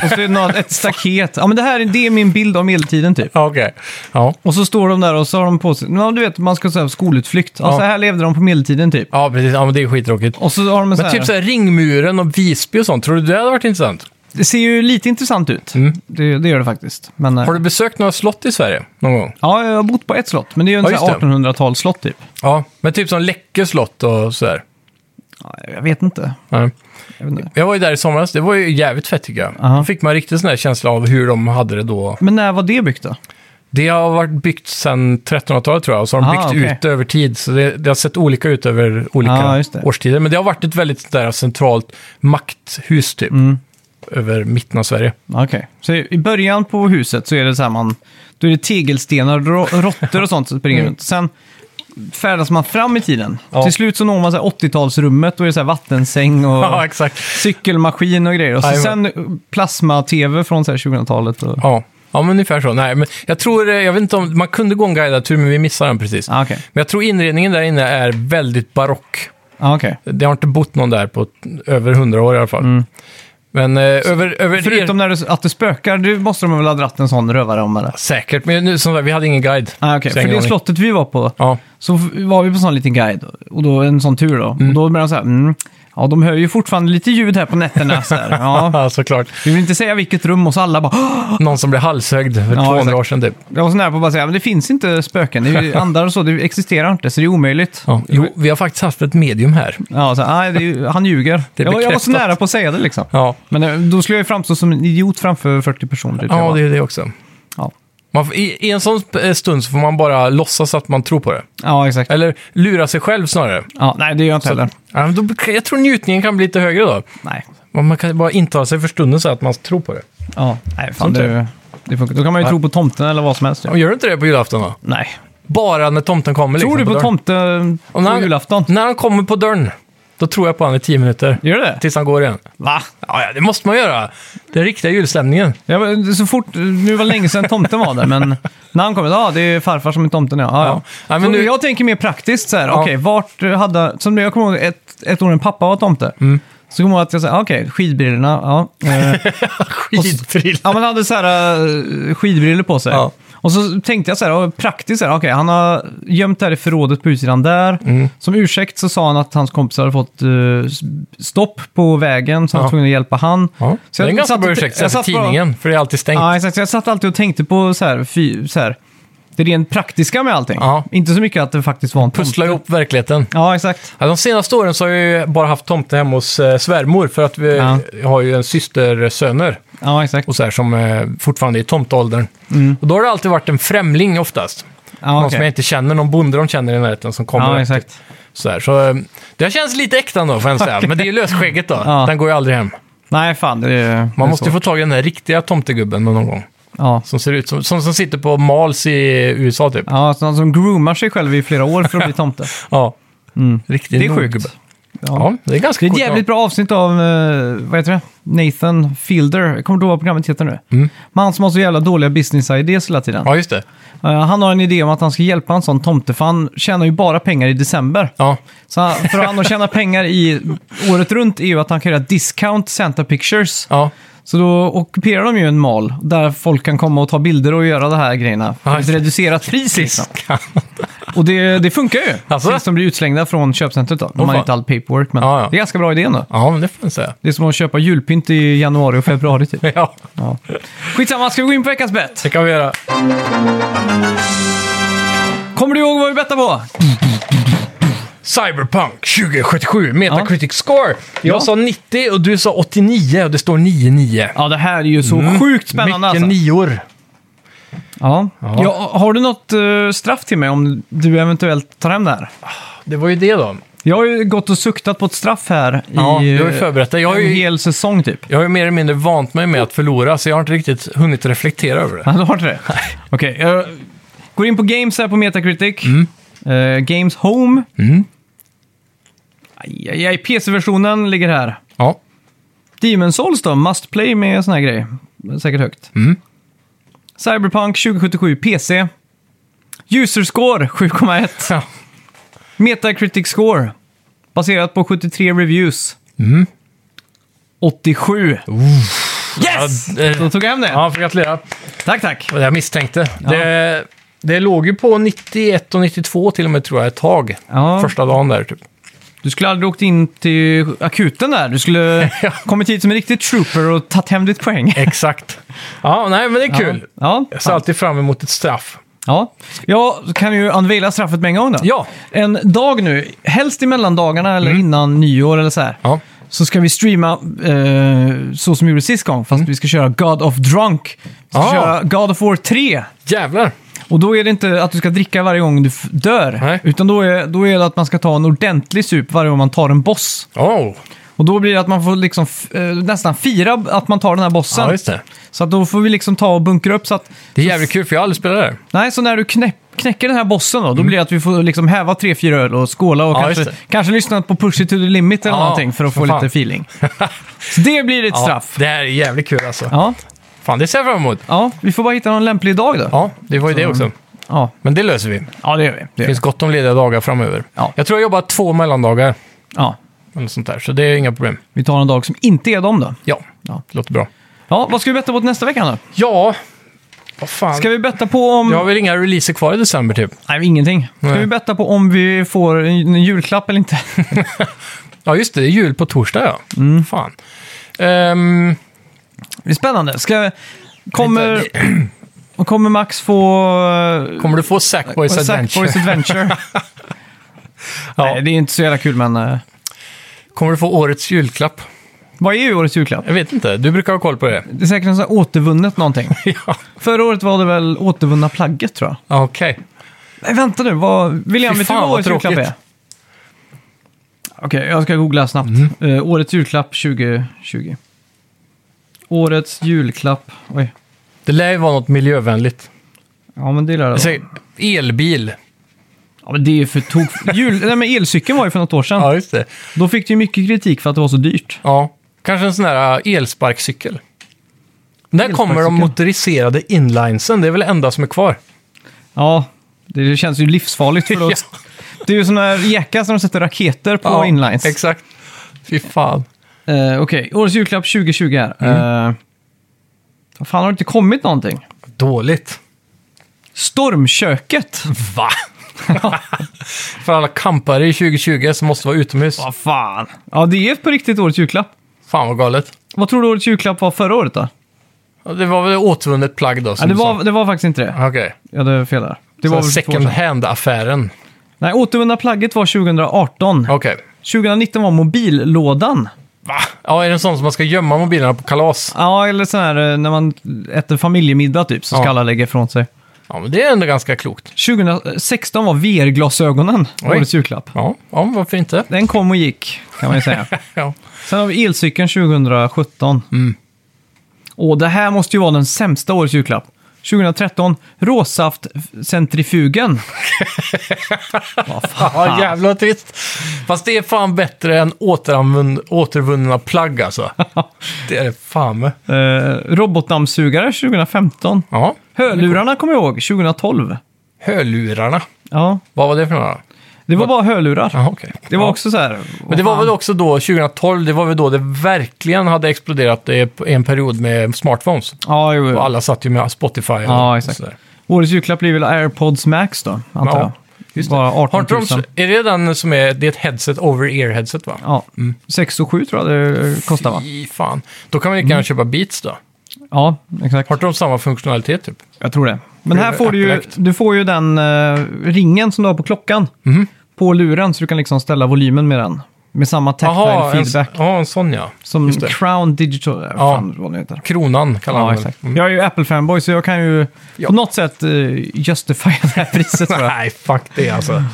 [SPEAKER 1] Och så är det något, ett staket. Ja, men det här är, det är min bild av medeltiden typ.
[SPEAKER 2] Ja, okej. Ja.
[SPEAKER 1] Och så står de där och så har de på sig, ja, du vet, man ska säga skolutflykt. Ja,
[SPEAKER 2] Ja.
[SPEAKER 1] Så här levde de på medeltiden typ.
[SPEAKER 2] ja, precis. Ja, men det är skittråkigt.
[SPEAKER 1] Och så har de en så
[SPEAKER 2] Men
[SPEAKER 1] här,
[SPEAKER 2] typ så här, ringmuren och Visby och sånt, tror du det hade varit intressant?
[SPEAKER 1] det ser ju lite intressant ut.
[SPEAKER 2] Mm.
[SPEAKER 1] Det, det gör det faktiskt. Men, äh,
[SPEAKER 2] Har du besökt några slott i Sverige någon gång?
[SPEAKER 1] Ja, jag har bott på ett slott, men det är ju en
[SPEAKER 2] Ja,
[SPEAKER 1] ja,
[SPEAKER 2] just det.
[SPEAKER 1] 1800-tals slott typ.
[SPEAKER 2] Ja, men typ som Läckö slott och sådär.
[SPEAKER 1] Ja, Jag vet inte.
[SPEAKER 2] Ja.
[SPEAKER 1] Jag vet inte.
[SPEAKER 2] Jag var ju där i somras, det var ju jävligt fett tycker jag.
[SPEAKER 1] Ja.
[SPEAKER 2] Då fick man riktigt sån här känsla av hur de hade det då.
[SPEAKER 1] Men när var det byggt då?
[SPEAKER 2] Det har varit byggt sedan 1300-talet tror jag, och så har de
[SPEAKER 1] Ah,
[SPEAKER 2] byggt
[SPEAKER 1] okej.
[SPEAKER 2] ut över tid. Så det, det har sett olika ut över olika
[SPEAKER 1] Ah, just det.
[SPEAKER 2] årstider. Men det har varit ett väldigt sånt där centralt makthus typ,
[SPEAKER 1] Mm.
[SPEAKER 2] över mitten av Sverige.
[SPEAKER 1] Okej, så i början på huset så är det så här man, då är det tegelstenar, rå- råttor och sånt som springer runt. Sen färdas man fram i tiden.
[SPEAKER 2] Ja.
[SPEAKER 1] Till slut så når man så här 80-talsrummet, då är det så här vattensäng och
[SPEAKER 2] Ja, exakt.
[SPEAKER 1] cykelmaskin och grejer. Och så
[SPEAKER 2] Jajamän.
[SPEAKER 1] sen plasma-tv från så här 2000-talet. Och...
[SPEAKER 2] Ja. ja, men ungefär så. Nej, men jag tror, eh, jag vet inte om, man kunde gå en guidad tur, men vi missade den precis.
[SPEAKER 1] Ah, Okej,
[SPEAKER 2] Men jag tror inredningen där inne är väldigt barock.
[SPEAKER 1] ah, okej.
[SPEAKER 2] Det har inte bott någon där på t- över hundra år i alla fall. Men eh, över... över
[SPEAKER 1] Mm. Förutom när det, att det spökar, det måste de väl ha dratt en sån rövare om eller?
[SPEAKER 2] Säkert, men nu, som sagt, vi hade ingen guide.
[SPEAKER 1] Ah, okej.
[SPEAKER 2] Så
[SPEAKER 1] För
[SPEAKER 2] jag har
[SPEAKER 1] det
[SPEAKER 2] ingen aning.
[SPEAKER 1] slottet vi var på,
[SPEAKER 2] Ja,
[SPEAKER 1] Så f- var vi på en sån liten guide och då en sån tur då. Och då började de så här, mm, ja de hör ju fortfarande lite ljud här på nätterna. Så här. Ja,
[SPEAKER 2] ja såklart.
[SPEAKER 1] vi vill inte säga vilket rum och så alla bara, "Åh!"
[SPEAKER 2] Någon som blev halshögd för 200
[SPEAKER 1] exakt.
[SPEAKER 2] år sedan typ.
[SPEAKER 1] jag var så nära på att bara säga, men det finns inte spöken, det är ju andar och så, det existerar inte, så det är omöjligt.
[SPEAKER 2] Ja. Jo, vi har faktiskt haft ett medium här.
[SPEAKER 1] Ja, så, här, "Nej, det är, ju- han ljuger.
[SPEAKER 2] Det är
[SPEAKER 1] jag, var- jag var så
[SPEAKER 2] bekräftat.
[SPEAKER 1] nära på att säga det liksom.
[SPEAKER 2] Ja,
[SPEAKER 1] Men eh, då skulle jag ju framstå som en idiot framför 40 personer. typ, jag
[SPEAKER 2] ja
[SPEAKER 1] var.
[SPEAKER 2] det är det också.
[SPEAKER 1] ja.
[SPEAKER 2] Man, får- i, I en sån sp- eh, stund så får man bara låtsas att man tror på det.
[SPEAKER 1] ja, exakt.
[SPEAKER 2] Eller lura sig själv snarare.
[SPEAKER 1] Ja, nej, det gör jag inte heller.
[SPEAKER 2] Ja, men då, jag tror njutningen kan bli lite högre då.
[SPEAKER 1] Nej.
[SPEAKER 2] Man man kan bara intala sig för stunden så att man tror på det.
[SPEAKER 1] Ja, nej, fan
[SPEAKER 2] Sånt är
[SPEAKER 1] det, det funkar. Då kan man ju
[SPEAKER 2] Nej.
[SPEAKER 1] tro på tomten eller vad som helst.
[SPEAKER 2] Ja, Gör du inte det på julafton då?
[SPEAKER 1] Nej.
[SPEAKER 2] Bara när tomten kommer
[SPEAKER 1] Tror
[SPEAKER 2] liksom,
[SPEAKER 1] du på
[SPEAKER 2] dörren.
[SPEAKER 1] tomten
[SPEAKER 2] Mm. Och när
[SPEAKER 1] på
[SPEAKER 2] han-
[SPEAKER 1] julafton?
[SPEAKER 2] När han kommer på dörren, då tror jag på han i 10 minuter.
[SPEAKER 1] Gör du det?
[SPEAKER 2] Tills han går igen.
[SPEAKER 1] Va?
[SPEAKER 2] Ja, ja, det måste man göra. Den riktiga julstämningen.
[SPEAKER 1] Ja, men så fort, nu var det länge sedan tomten var där, men när han kom, ja det är farfar som är tomten, ja. ja.
[SPEAKER 2] Ja.
[SPEAKER 1] ja.
[SPEAKER 2] Nej, men
[SPEAKER 1] Så
[SPEAKER 2] nu-
[SPEAKER 1] Jag tänker mer praktiskt så här, okej, vart hade, som jag kommer ihåg ett, ett år när pappa var tomte,
[SPEAKER 2] Mm.
[SPEAKER 1] så kommer jag ihåg att jag sa, okej, skidbrillorna, ja. eh,
[SPEAKER 2] Skitfrill.
[SPEAKER 1] ja, man hade så här eh, skidbrillor på sig.
[SPEAKER 2] Ja.
[SPEAKER 1] Och så tänkte jag så här, ja, praktiskt så här, okej, han har gömt det här i förrådet på utsidan där.
[SPEAKER 2] Mm.
[SPEAKER 1] Som ursäkt så sa han att hans kompisar hade fått eh, s- stopp på vägen, så han
[SPEAKER 2] Ja.
[SPEAKER 1] var tvungen att hjälpa han.
[SPEAKER 2] Ja.
[SPEAKER 1] Så
[SPEAKER 2] det är en ganska
[SPEAKER 1] satt
[SPEAKER 2] bra
[SPEAKER 1] och-
[SPEAKER 2] ursäkt
[SPEAKER 1] jag
[SPEAKER 2] för
[SPEAKER 1] satt bara-
[SPEAKER 2] tidningen, för det är alltid stängt.
[SPEAKER 1] Ja, exakt. Så Jag satt alltid och tänkte på så här, fy, så här, det rent praktiska med allting.
[SPEAKER 2] Ja.
[SPEAKER 1] Inte så mycket att det faktiskt var en tomt.
[SPEAKER 2] Pussla ihop verkligheten.
[SPEAKER 1] Ja, exakt.
[SPEAKER 2] Ja, de senaste åren så har jag ju bara haft tomte hemma hos eh, svärmor för att vi
[SPEAKER 1] Ja.
[SPEAKER 2] jag har ju en systersöner
[SPEAKER 1] Ja, exakt.
[SPEAKER 2] och så här som eh, fortfarande är i tomteåldern. Och då har det alltid varit en främling oftast.
[SPEAKER 1] Ja,
[SPEAKER 2] Någon som jag
[SPEAKER 1] Mm. okej.
[SPEAKER 2] inte känner, någon bonde de känner i närheten som kommer.
[SPEAKER 1] ja exakt.
[SPEAKER 2] Så, här. så eh, det känns lite äkta ändå får jag säga. Men det är ju lösskägget då.
[SPEAKER 1] Ja.
[SPEAKER 2] Den går ju aldrig hem.
[SPEAKER 1] Nej, fan. Det är,
[SPEAKER 2] Man
[SPEAKER 1] det är
[SPEAKER 2] måste
[SPEAKER 1] så.
[SPEAKER 2] ju få tag i den där riktiga tomtegubben någon gång.
[SPEAKER 1] Ja.
[SPEAKER 2] Som ser ut som, som, som sitter på Mals i USA typ.
[SPEAKER 1] Ja, sådana som groomar sig själv i flera år för att bli tomte.
[SPEAKER 2] Ja. Riktigt
[SPEAKER 1] Mm. Det är sjukt.
[SPEAKER 2] gubbe. Ja, det är
[SPEAKER 1] Det
[SPEAKER 2] ganska
[SPEAKER 1] är ett
[SPEAKER 2] coolt,
[SPEAKER 1] jävligt bra avsnitt av, eh, vad heter det? Nathan Fielder. Jag kommer inte ihåg vad programmet heter nu. Mm. Men han som har så jävla dåliga business-idéer hela tiden.
[SPEAKER 2] ja. ja, just det.
[SPEAKER 1] Eh, han har en idé om att han ska hjälpa en sån tomte, för han tjänar ju bara pengar i december.
[SPEAKER 2] Ja.
[SPEAKER 1] Så han, för han att tjäna pengar i året runt är ju att han kan göra discount Santa Pictures.
[SPEAKER 2] Ja.
[SPEAKER 1] Så då ockuperar de ju en mall där folk kan komma och ta bilder och göra de här grejerna. För
[SPEAKER 2] Ja,
[SPEAKER 1] ett
[SPEAKER 2] just det.
[SPEAKER 1] reducerat pris liksom.
[SPEAKER 2] Ja.
[SPEAKER 1] Och det, det funkar ju.
[SPEAKER 2] Alltså?
[SPEAKER 1] Tills de blir utslängda från köpcentret då. De har
[SPEAKER 2] fan.
[SPEAKER 1] ju inte all paperwork, men
[SPEAKER 2] Ja, ja.
[SPEAKER 1] det är ganska bra idé ändå.
[SPEAKER 2] ja, men det får man säga.
[SPEAKER 1] Det är som att köpa julpynt i januari och februari typ.
[SPEAKER 2] Ja,
[SPEAKER 1] Ja. Skitsamma, ska vi gå in på veckans bett?
[SPEAKER 2] det kan vi göra.
[SPEAKER 1] Kommer du ihåg vad vi bettade på?
[SPEAKER 2] Cyberpunk 2077, Metacritic score. Jag
[SPEAKER 1] Ja.
[SPEAKER 2] sa 90 och du sa 89 och det står 99.
[SPEAKER 1] Ja, det här är ju så sjukt spännande
[SPEAKER 2] Mm. Mycket
[SPEAKER 1] alltså.
[SPEAKER 2] nior.
[SPEAKER 1] ja. Ja. har du något eh, straff till mig om du eventuellt tar hem det här?
[SPEAKER 2] Det var ju det då.
[SPEAKER 1] Jag har ju gått och suktat på ett straff här
[SPEAKER 2] Ja,
[SPEAKER 1] i
[SPEAKER 2] du har ju förberett dig. Jag har
[SPEAKER 1] en
[SPEAKER 2] ju-
[SPEAKER 1] hel säsong typ.
[SPEAKER 2] Jag har ju mer eller mindre vant mig med att förlora, så jag har inte riktigt hunnit reflektera över det.
[SPEAKER 1] Ja, du har inte det? Okej, jag går in på Games här på Metacritic. Eh, games Home.
[SPEAKER 2] Mm.
[SPEAKER 1] Aj, aj, aj, PC-versionen ligger här.
[SPEAKER 2] Ja.
[SPEAKER 1] Demon Souls då, must play med sån här grej. Säkert högt.
[SPEAKER 2] Mm.
[SPEAKER 1] Cyberpunk 2077 PC. User score 7,1.
[SPEAKER 2] Ja.
[SPEAKER 1] Metacritic score. Baserat på 73 reviews.
[SPEAKER 2] Mm.
[SPEAKER 1] 87. Yes!
[SPEAKER 2] Ja, eh,
[SPEAKER 1] Då tog jag hem det.
[SPEAKER 2] Ja, får gratulera.
[SPEAKER 1] Tack, tack.
[SPEAKER 2] Det jag misstänkte. Det, det låg ju på 91 och 92 till och med tror jag ett tag.
[SPEAKER 1] Ja.
[SPEAKER 2] Första dagen där typ.
[SPEAKER 1] Du skulle aldrig åkt in till akuten där. Du skulle
[SPEAKER 2] Ja.
[SPEAKER 1] kommit hit som en riktig trooper och tagit hem ditt poäng.
[SPEAKER 2] Exakt. Ja, nej men det är kul.
[SPEAKER 1] Ja.
[SPEAKER 2] Jag ser
[SPEAKER 1] Ja.
[SPEAKER 2] alltid fram emot ett straff.
[SPEAKER 1] ja. Jag kan ju unveila straffet med en gång då.
[SPEAKER 2] Ja. Mm.
[SPEAKER 1] En dag nu, helst i mellandagarna eller innan nyår eller så här.
[SPEAKER 2] Ja.
[SPEAKER 1] Så ska vi streama eh, så som vi gjorde sist gång, fast vi ska köra God of Drunk. Vi ska
[SPEAKER 2] Mm. Ah.
[SPEAKER 1] köra God of War 3.
[SPEAKER 2] Jävlar.
[SPEAKER 1] Och då är det inte att du ska dricka varje gång du f- dör.
[SPEAKER 2] Nej.
[SPEAKER 1] Utan då är, då är det att man ska ta en ordentlig sup varje gång man tar en boss.
[SPEAKER 2] Oh.
[SPEAKER 1] Och då blir det att man får liksom f- eh, nästan fira att man tar den här bossen.
[SPEAKER 2] Ja, just det.
[SPEAKER 1] Så att då får vi liksom ta och bunkra upp så att...
[SPEAKER 2] Det är jävligt kul för jag har aldrig spelat det. här.
[SPEAKER 1] Nej, så när du knä- knäcker den här bossen då, då blir det att vi får liksom häva tre, fyra öl och skåla och
[SPEAKER 2] Mm. Ja, just
[SPEAKER 1] kanske,
[SPEAKER 2] det.
[SPEAKER 1] kanske lyssna på Push It To The Limit eller
[SPEAKER 2] Ja,
[SPEAKER 1] någonting för att få
[SPEAKER 2] för fan.
[SPEAKER 1] lite feeling. Så det blir ett straff.
[SPEAKER 2] Ja, det här är jävligt kul alltså.
[SPEAKER 1] Ja,
[SPEAKER 2] Fan, det ser jag fram emot.
[SPEAKER 1] ja, vi får bara hitta någon lämplig dag då.
[SPEAKER 2] Ja, det var ju
[SPEAKER 1] Mm.
[SPEAKER 2] det också.
[SPEAKER 1] Ja,
[SPEAKER 2] Men det löser vi. Det
[SPEAKER 1] ja det gör vi. Det gör vi.
[SPEAKER 2] finns gott om lediga dagar framöver.
[SPEAKER 1] Ja.
[SPEAKER 2] Jag tror jag jobbar två mellandagar
[SPEAKER 1] Ja,
[SPEAKER 2] eller något sånt där, så det är inga problem.
[SPEAKER 1] vi tar en dag som inte är dem då.
[SPEAKER 2] Ja,
[SPEAKER 1] Ja.
[SPEAKER 2] låter bra.
[SPEAKER 1] Ja, vad ska vi betta på till nästa vecka då?
[SPEAKER 2] Ja, vad fan.
[SPEAKER 1] Ska vi betta på om...
[SPEAKER 2] Jag har väl inga releaser kvar i december typ.
[SPEAKER 1] Nej, ingenting. Ska
[SPEAKER 2] Nej.
[SPEAKER 1] vi betta på om vi får en en julklapp eller inte?
[SPEAKER 2] Ja, just det. Det är jul på torsdag, ja.
[SPEAKER 1] Mm.
[SPEAKER 2] Fan. Ehm,
[SPEAKER 1] Det är spännande. Ska, kommer, kommer Max få... eh,
[SPEAKER 2] kommer du få Sackboys Adventure?
[SPEAKER 1] Sackboys Adventure?
[SPEAKER 2] Ja.
[SPEAKER 1] Nej, det är inte så jävla kul, men... eh,
[SPEAKER 2] Kommer du få årets julklapp?
[SPEAKER 1] Vad är årets julklapp?
[SPEAKER 2] Jag vet inte. Du brukar ha koll på det.
[SPEAKER 1] Det är säkert något sånt här återvunnet någonting.
[SPEAKER 2] ja,
[SPEAKER 1] Förra året var det väl återvunna plagget, tror jag.
[SPEAKER 2] okej.
[SPEAKER 1] Nej, vänta nu. Vad, William,
[SPEAKER 2] Fy
[SPEAKER 1] vet du
[SPEAKER 2] fan,
[SPEAKER 1] vad
[SPEAKER 2] vad
[SPEAKER 1] årets julklapp
[SPEAKER 2] tråkigt.
[SPEAKER 1] är? Okej, jag ska googla snabbt.
[SPEAKER 2] Mm.
[SPEAKER 1] Eh, årets julklapp 2020. Årets julklapp... Oj.
[SPEAKER 2] Det lär ju vara något miljövänligt.
[SPEAKER 1] Ja, men det lär det
[SPEAKER 2] Jag
[SPEAKER 1] vara.
[SPEAKER 2] säger, elbil.
[SPEAKER 1] Ja, men det är ju för tok... Jul... Nej, men elcykeln var ju för något år sedan.
[SPEAKER 2] Ja, just det.
[SPEAKER 1] Då fick du ju mycket kritik för att det var så dyrt.
[SPEAKER 2] Ja, kanske en sån där äh, elsparkcykel. När kommer de
[SPEAKER 1] Elsparkcykel?
[SPEAKER 2] motoriserade inlinesen? Det är väl det enda som är kvar?
[SPEAKER 1] Ja, det känns ju livsfarligt för då...
[SPEAKER 2] Ja.
[SPEAKER 1] Det är ju såna här jekar som de sätter raketer på
[SPEAKER 2] Ja,
[SPEAKER 1] inlines.
[SPEAKER 2] Exakt. Fy fan.
[SPEAKER 1] Eh, Okej, årets julklapp 2020 här.
[SPEAKER 2] Mm.
[SPEAKER 1] Eh, vad fan, har det inte kommit någonting?
[SPEAKER 2] Dåligt.
[SPEAKER 1] Stormköket!
[SPEAKER 2] Va? För alla kampare i 2020 som måste vara utomhus.
[SPEAKER 1] Vad fan? Ja, det är på riktigt årets julklapp.
[SPEAKER 2] Fan vad galet.
[SPEAKER 1] Vad tror du årets julklapp var förra året då?
[SPEAKER 2] Ja, Det var väl återvunnet plagg då?
[SPEAKER 1] Ja,
[SPEAKER 2] som
[SPEAKER 1] det,
[SPEAKER 2] du sa.
[SPEAKER 1] var, det var faktiskt inte det.
[SPEAKER 2] Okej.
[SPEAKER 1] Jag hade fel där. Det var
[SPEAKER 2] Så
[SPEAKER 1] väl för två år
[SPEAKER 2] second
[SPEAKER 1] sedan.
[SPEAKER 2] hand-affären.
[SPEAKER 1] Nej, återvunna plagget var 2018.
[SPEAKER 2] Okej.
[SPEAKER 1] 2019 var mobillådan.
[SPEAKER 2] Va? Ja, är det en sån som man ska gömma mobilerna på kalas?
[SPEAKER 1] Ja, eller sån här eh, när man äter familjemiddag typ, så ska
[SPEAKER 2] Ja.
[SPEAKER 1] alla lägga ifrån sig.
[SPEAKER 2] Ja, men det är ändå ganska klokt.
[SPEAKER 1] 2016 var VR-glasögonen,
[SPEAKER 2] Oj.
[SPEAKER 1] årets julklapp.
[SPEAKER 2] Ja, ja men varför inte?
[SPEAKER 1] Den kom och gick, kan man ju säga.
[SPEAKER 2] Ja.
[SPEAKER 1] Sen har vi elcykeln 2017.
[SPEAKER 2] Mm.
[SPEAKER 1] Och det här måste ju vara den sämsta årets julklapp. 2013, råsaftcentrifugen. Vad
[SPEAKER 2] Ja,
[SPEAKER 1] fan.
[SPEAKER 2] jävla trist. Fast det är fan bättre än återanvund, återvunna plagg alltså. det är det fan med.
[SPEAKER 1] Eh, robotdammsugare 2015.
[SPEAKER 2] Ja,
[SPEAKER 1] Hörlurarna kommer jag ihåg, 2012.
[SPEAKER 2] hörlurarna.
[SPEAKER 1] Ja,
[SPEAKER 2] Vad var det för några?
[SPEAKER 1] det var bara hörlurar.
[SPEAKER 2] Jaha, okej.
[SPEAKER 1] Det var
[SPEAKER 2] Ja.
[SPEAKER 1] också så här...
[SPEAKER 2] Men det var väl också då, 2012, det var väl då det verkligen hade exploderat i en period med smartphones.
[SPEAKER 1] Ja, jo, jo.
[SPEAKER 2] Och alla satt ju med Spotify och
[SPEAKER 1] Ja, exakt.
[SPEAKER 2] sådär.
[SPEAKER 1] Årets julklapp blir väl AirPods Max då, antar
[SPEAKER 2] Ja,
[SPEAKER 1] jag.
[SPEAKER 2] just det.
[SPEAKER 1] Bara 18
[SPEAKER 2] Har
[SPEAKER 1] 000.
[SPEAKER 2] de, är det den som är, det är ett headset, over-ear-headset va?
[SPEAKER 1] Ja, 6 och 7 tror jag det kostar va?
[SPEAKER 2] Mm.
[SPEAKER 1] Mm.
[SPEAKER 2] Fy fan. Då kan man lika gärna köpa Beats då.
[SPEAKER 1] Ja, exakt.
[SPEAKER 2] Har inte de samma funktionalitet typ?
[SPEAKER 1] Jag tror det. Men här får du ju,
[SPEAKER 2] Apple-akt.
[SPEAKER 1] du får ju den eh, ringen som du har på klockan på luren så du kan liksom ställa volymen med den. Med samma tactile
[SPEAKER 2] Jaha, en,
[SPEAKER 1] feedback
[SPEAKER 2] ja, en sån ja.
[SPEAKER 1] som
[SPEAKER 2] det.
[SPEAKER 1] Crown Digital, ja. fan vad den heter.
[SPEAKER 2] Kronan kallar
[SPEAKER 1] Ja,
[SPEAKER 2] man den.
[SPEAKER 1] exakt. Jag är ju Apple-fanboy så jag kan ju
[SPEAKER 2] Mm. Ja.
[SPEAKER 1] eh, på något sätt uh, justifiera det här priset tror jag.
[SPEAKER 2] Nej, fuck det alltså.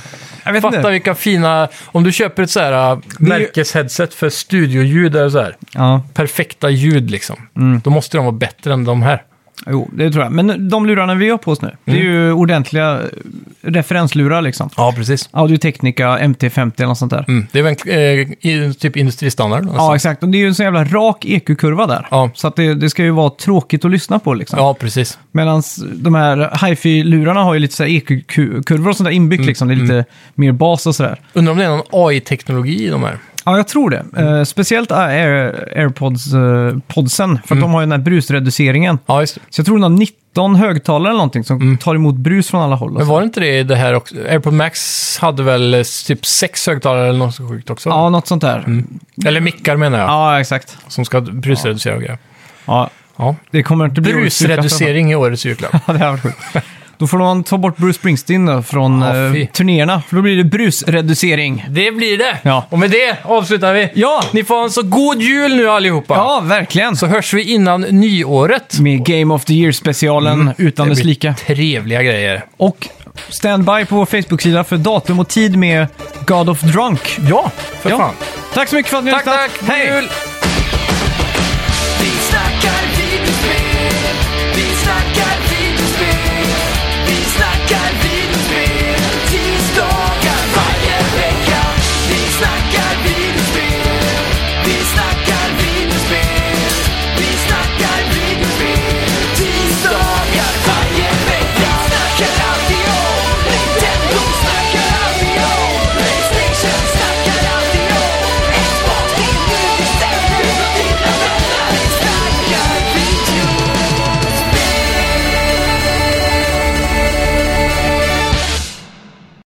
[SPEAKER 1] Jag vet
[SPEAKER 2] Fatta
[SPEAKER 1] inte.
[SPEAKER 2] vilka fina... Om du köper ett så här äh,
[SPEAKER 1] ju-
[SPEAKER 2] märkesheadset för studioljud, eller så här,
[SPEAKER 1] Ja,
[SPEAKER 2] perfekta ljud liksom.
[SPEAKER 1] Mm.
[SPEAKER 2] Då måste de vara bättre än de här.
[SPEAKER 1] jo, det tror jag. Men de lurarna vi har på oss nu, det är ju ordentliga eh, referenslurar liksom.
[SPEAKER 2] Ja, precis.
[SPEAKER 1] Audio Technica MT50 eller något sånt där.
[SPEAKER 2] Mm. Det är väl eh, i- typ industristandard.
[SPEAKER 1] Ja,
[SPEAKER 2] nästan.
[SPEAKER 1] exakt. Och det är ju en så jävla rak EQ-kurva där.
[SPEAKER 2] Ja.
[SPEAKER 1] Så att det, det ska ju vara tråkigt att lyssna på liksom.
[SPEAKER 2] ja, precis.
[SPEAKER 1] Medan de här hifi-lurarna har ju lite så här EQ-kurvor och sånt där inbyggt
[SPEAKER 2] Mm,
[SPEAKER 1] liksom. Det är lite mer bas och sådär.
[SPEAKER 2] Undrar om det är någon AI-teknologi i de här.
[SPEAKER 1] Ja, jag tror det.
[SPEAKER 2] Mm.
[SPEAKER 1] Eh, speciellt Air, AirPods-podsen, för
[SPEAKER 2] Mm.
[SPEAKER 1] att de har ju den här brusreduceringen.
[SPEAKER 2] Ja, just det.
[SPEAKER 1] Så jag tror den har 19 högtalare eller någonting som tar emot brus från alla håll. och
[SPEAKER 2] Mm. Men
[SPEAKER 1] så.
[SPEAKER 2] var det inte det i det här också? AirPod Max hade väl eh, typ sex högtalare eller något så sjukt också?
[SPEAKER 1] Ja, något sånt där.
[SPEAKER 2] Mm. Eller mickar menar jag,
[SPEAKER 1] Ja, exakt.
[SPEAKER 2] som ska brusreducera och grejer.
[SPEAKER 1] Ja,
[SPEAKER 2] Ja.
[SPEAKER 1] det kommer inte bli årets julklapp i alla fall.
[SPEAKER 2] Brusreducering i årets julklapp.
[SPEAKER 1] Ja, det här var sjukt. Då får man ta bort Bruce Springsteen då, från
[SPEAKER 2] Ja,
[SPEAKER 1] eh,
[SPEAKER 2] fy.
[SPEAKER 1] turnéerna, för då blir det brusreducering.
[SPEAKER 2] Det blir det!
[SPEAKER 1] Ja.
[SPEAKER 2] Och med det avslutar vi.
[SPEAKER 1] Ja!
[SPEAKER 2] Ni får ha en så god jul nu allihopa!
[SPEAKER 1] Ja, verkligen.
[SPEAKER 2] Så hörs vi innan nyåret.
[SPEAKER 1] Med Game of the Year-specialen utan
[SPEAKER 2] Mm. Det
[SPEAKER 1] dess
[SPEAKER 2] blir
[SPEAKER 1] lika.
[SPEAKER 2] Trevliga grejer.
[SPEAKER 1] Och standby på vår Facebook-sida för datum och tid med God of Drunk.
[SPEAKER 2] Ja, för
[SPEAKER 1] Ja.
[SPEAKER 2] fan.
[SPEAKER 1] Tack så mycket för att ni har
[SPEAKER 2] Tack, tack! God
[SPEAKER 1] Hej!
[SPEAKER 2] jul!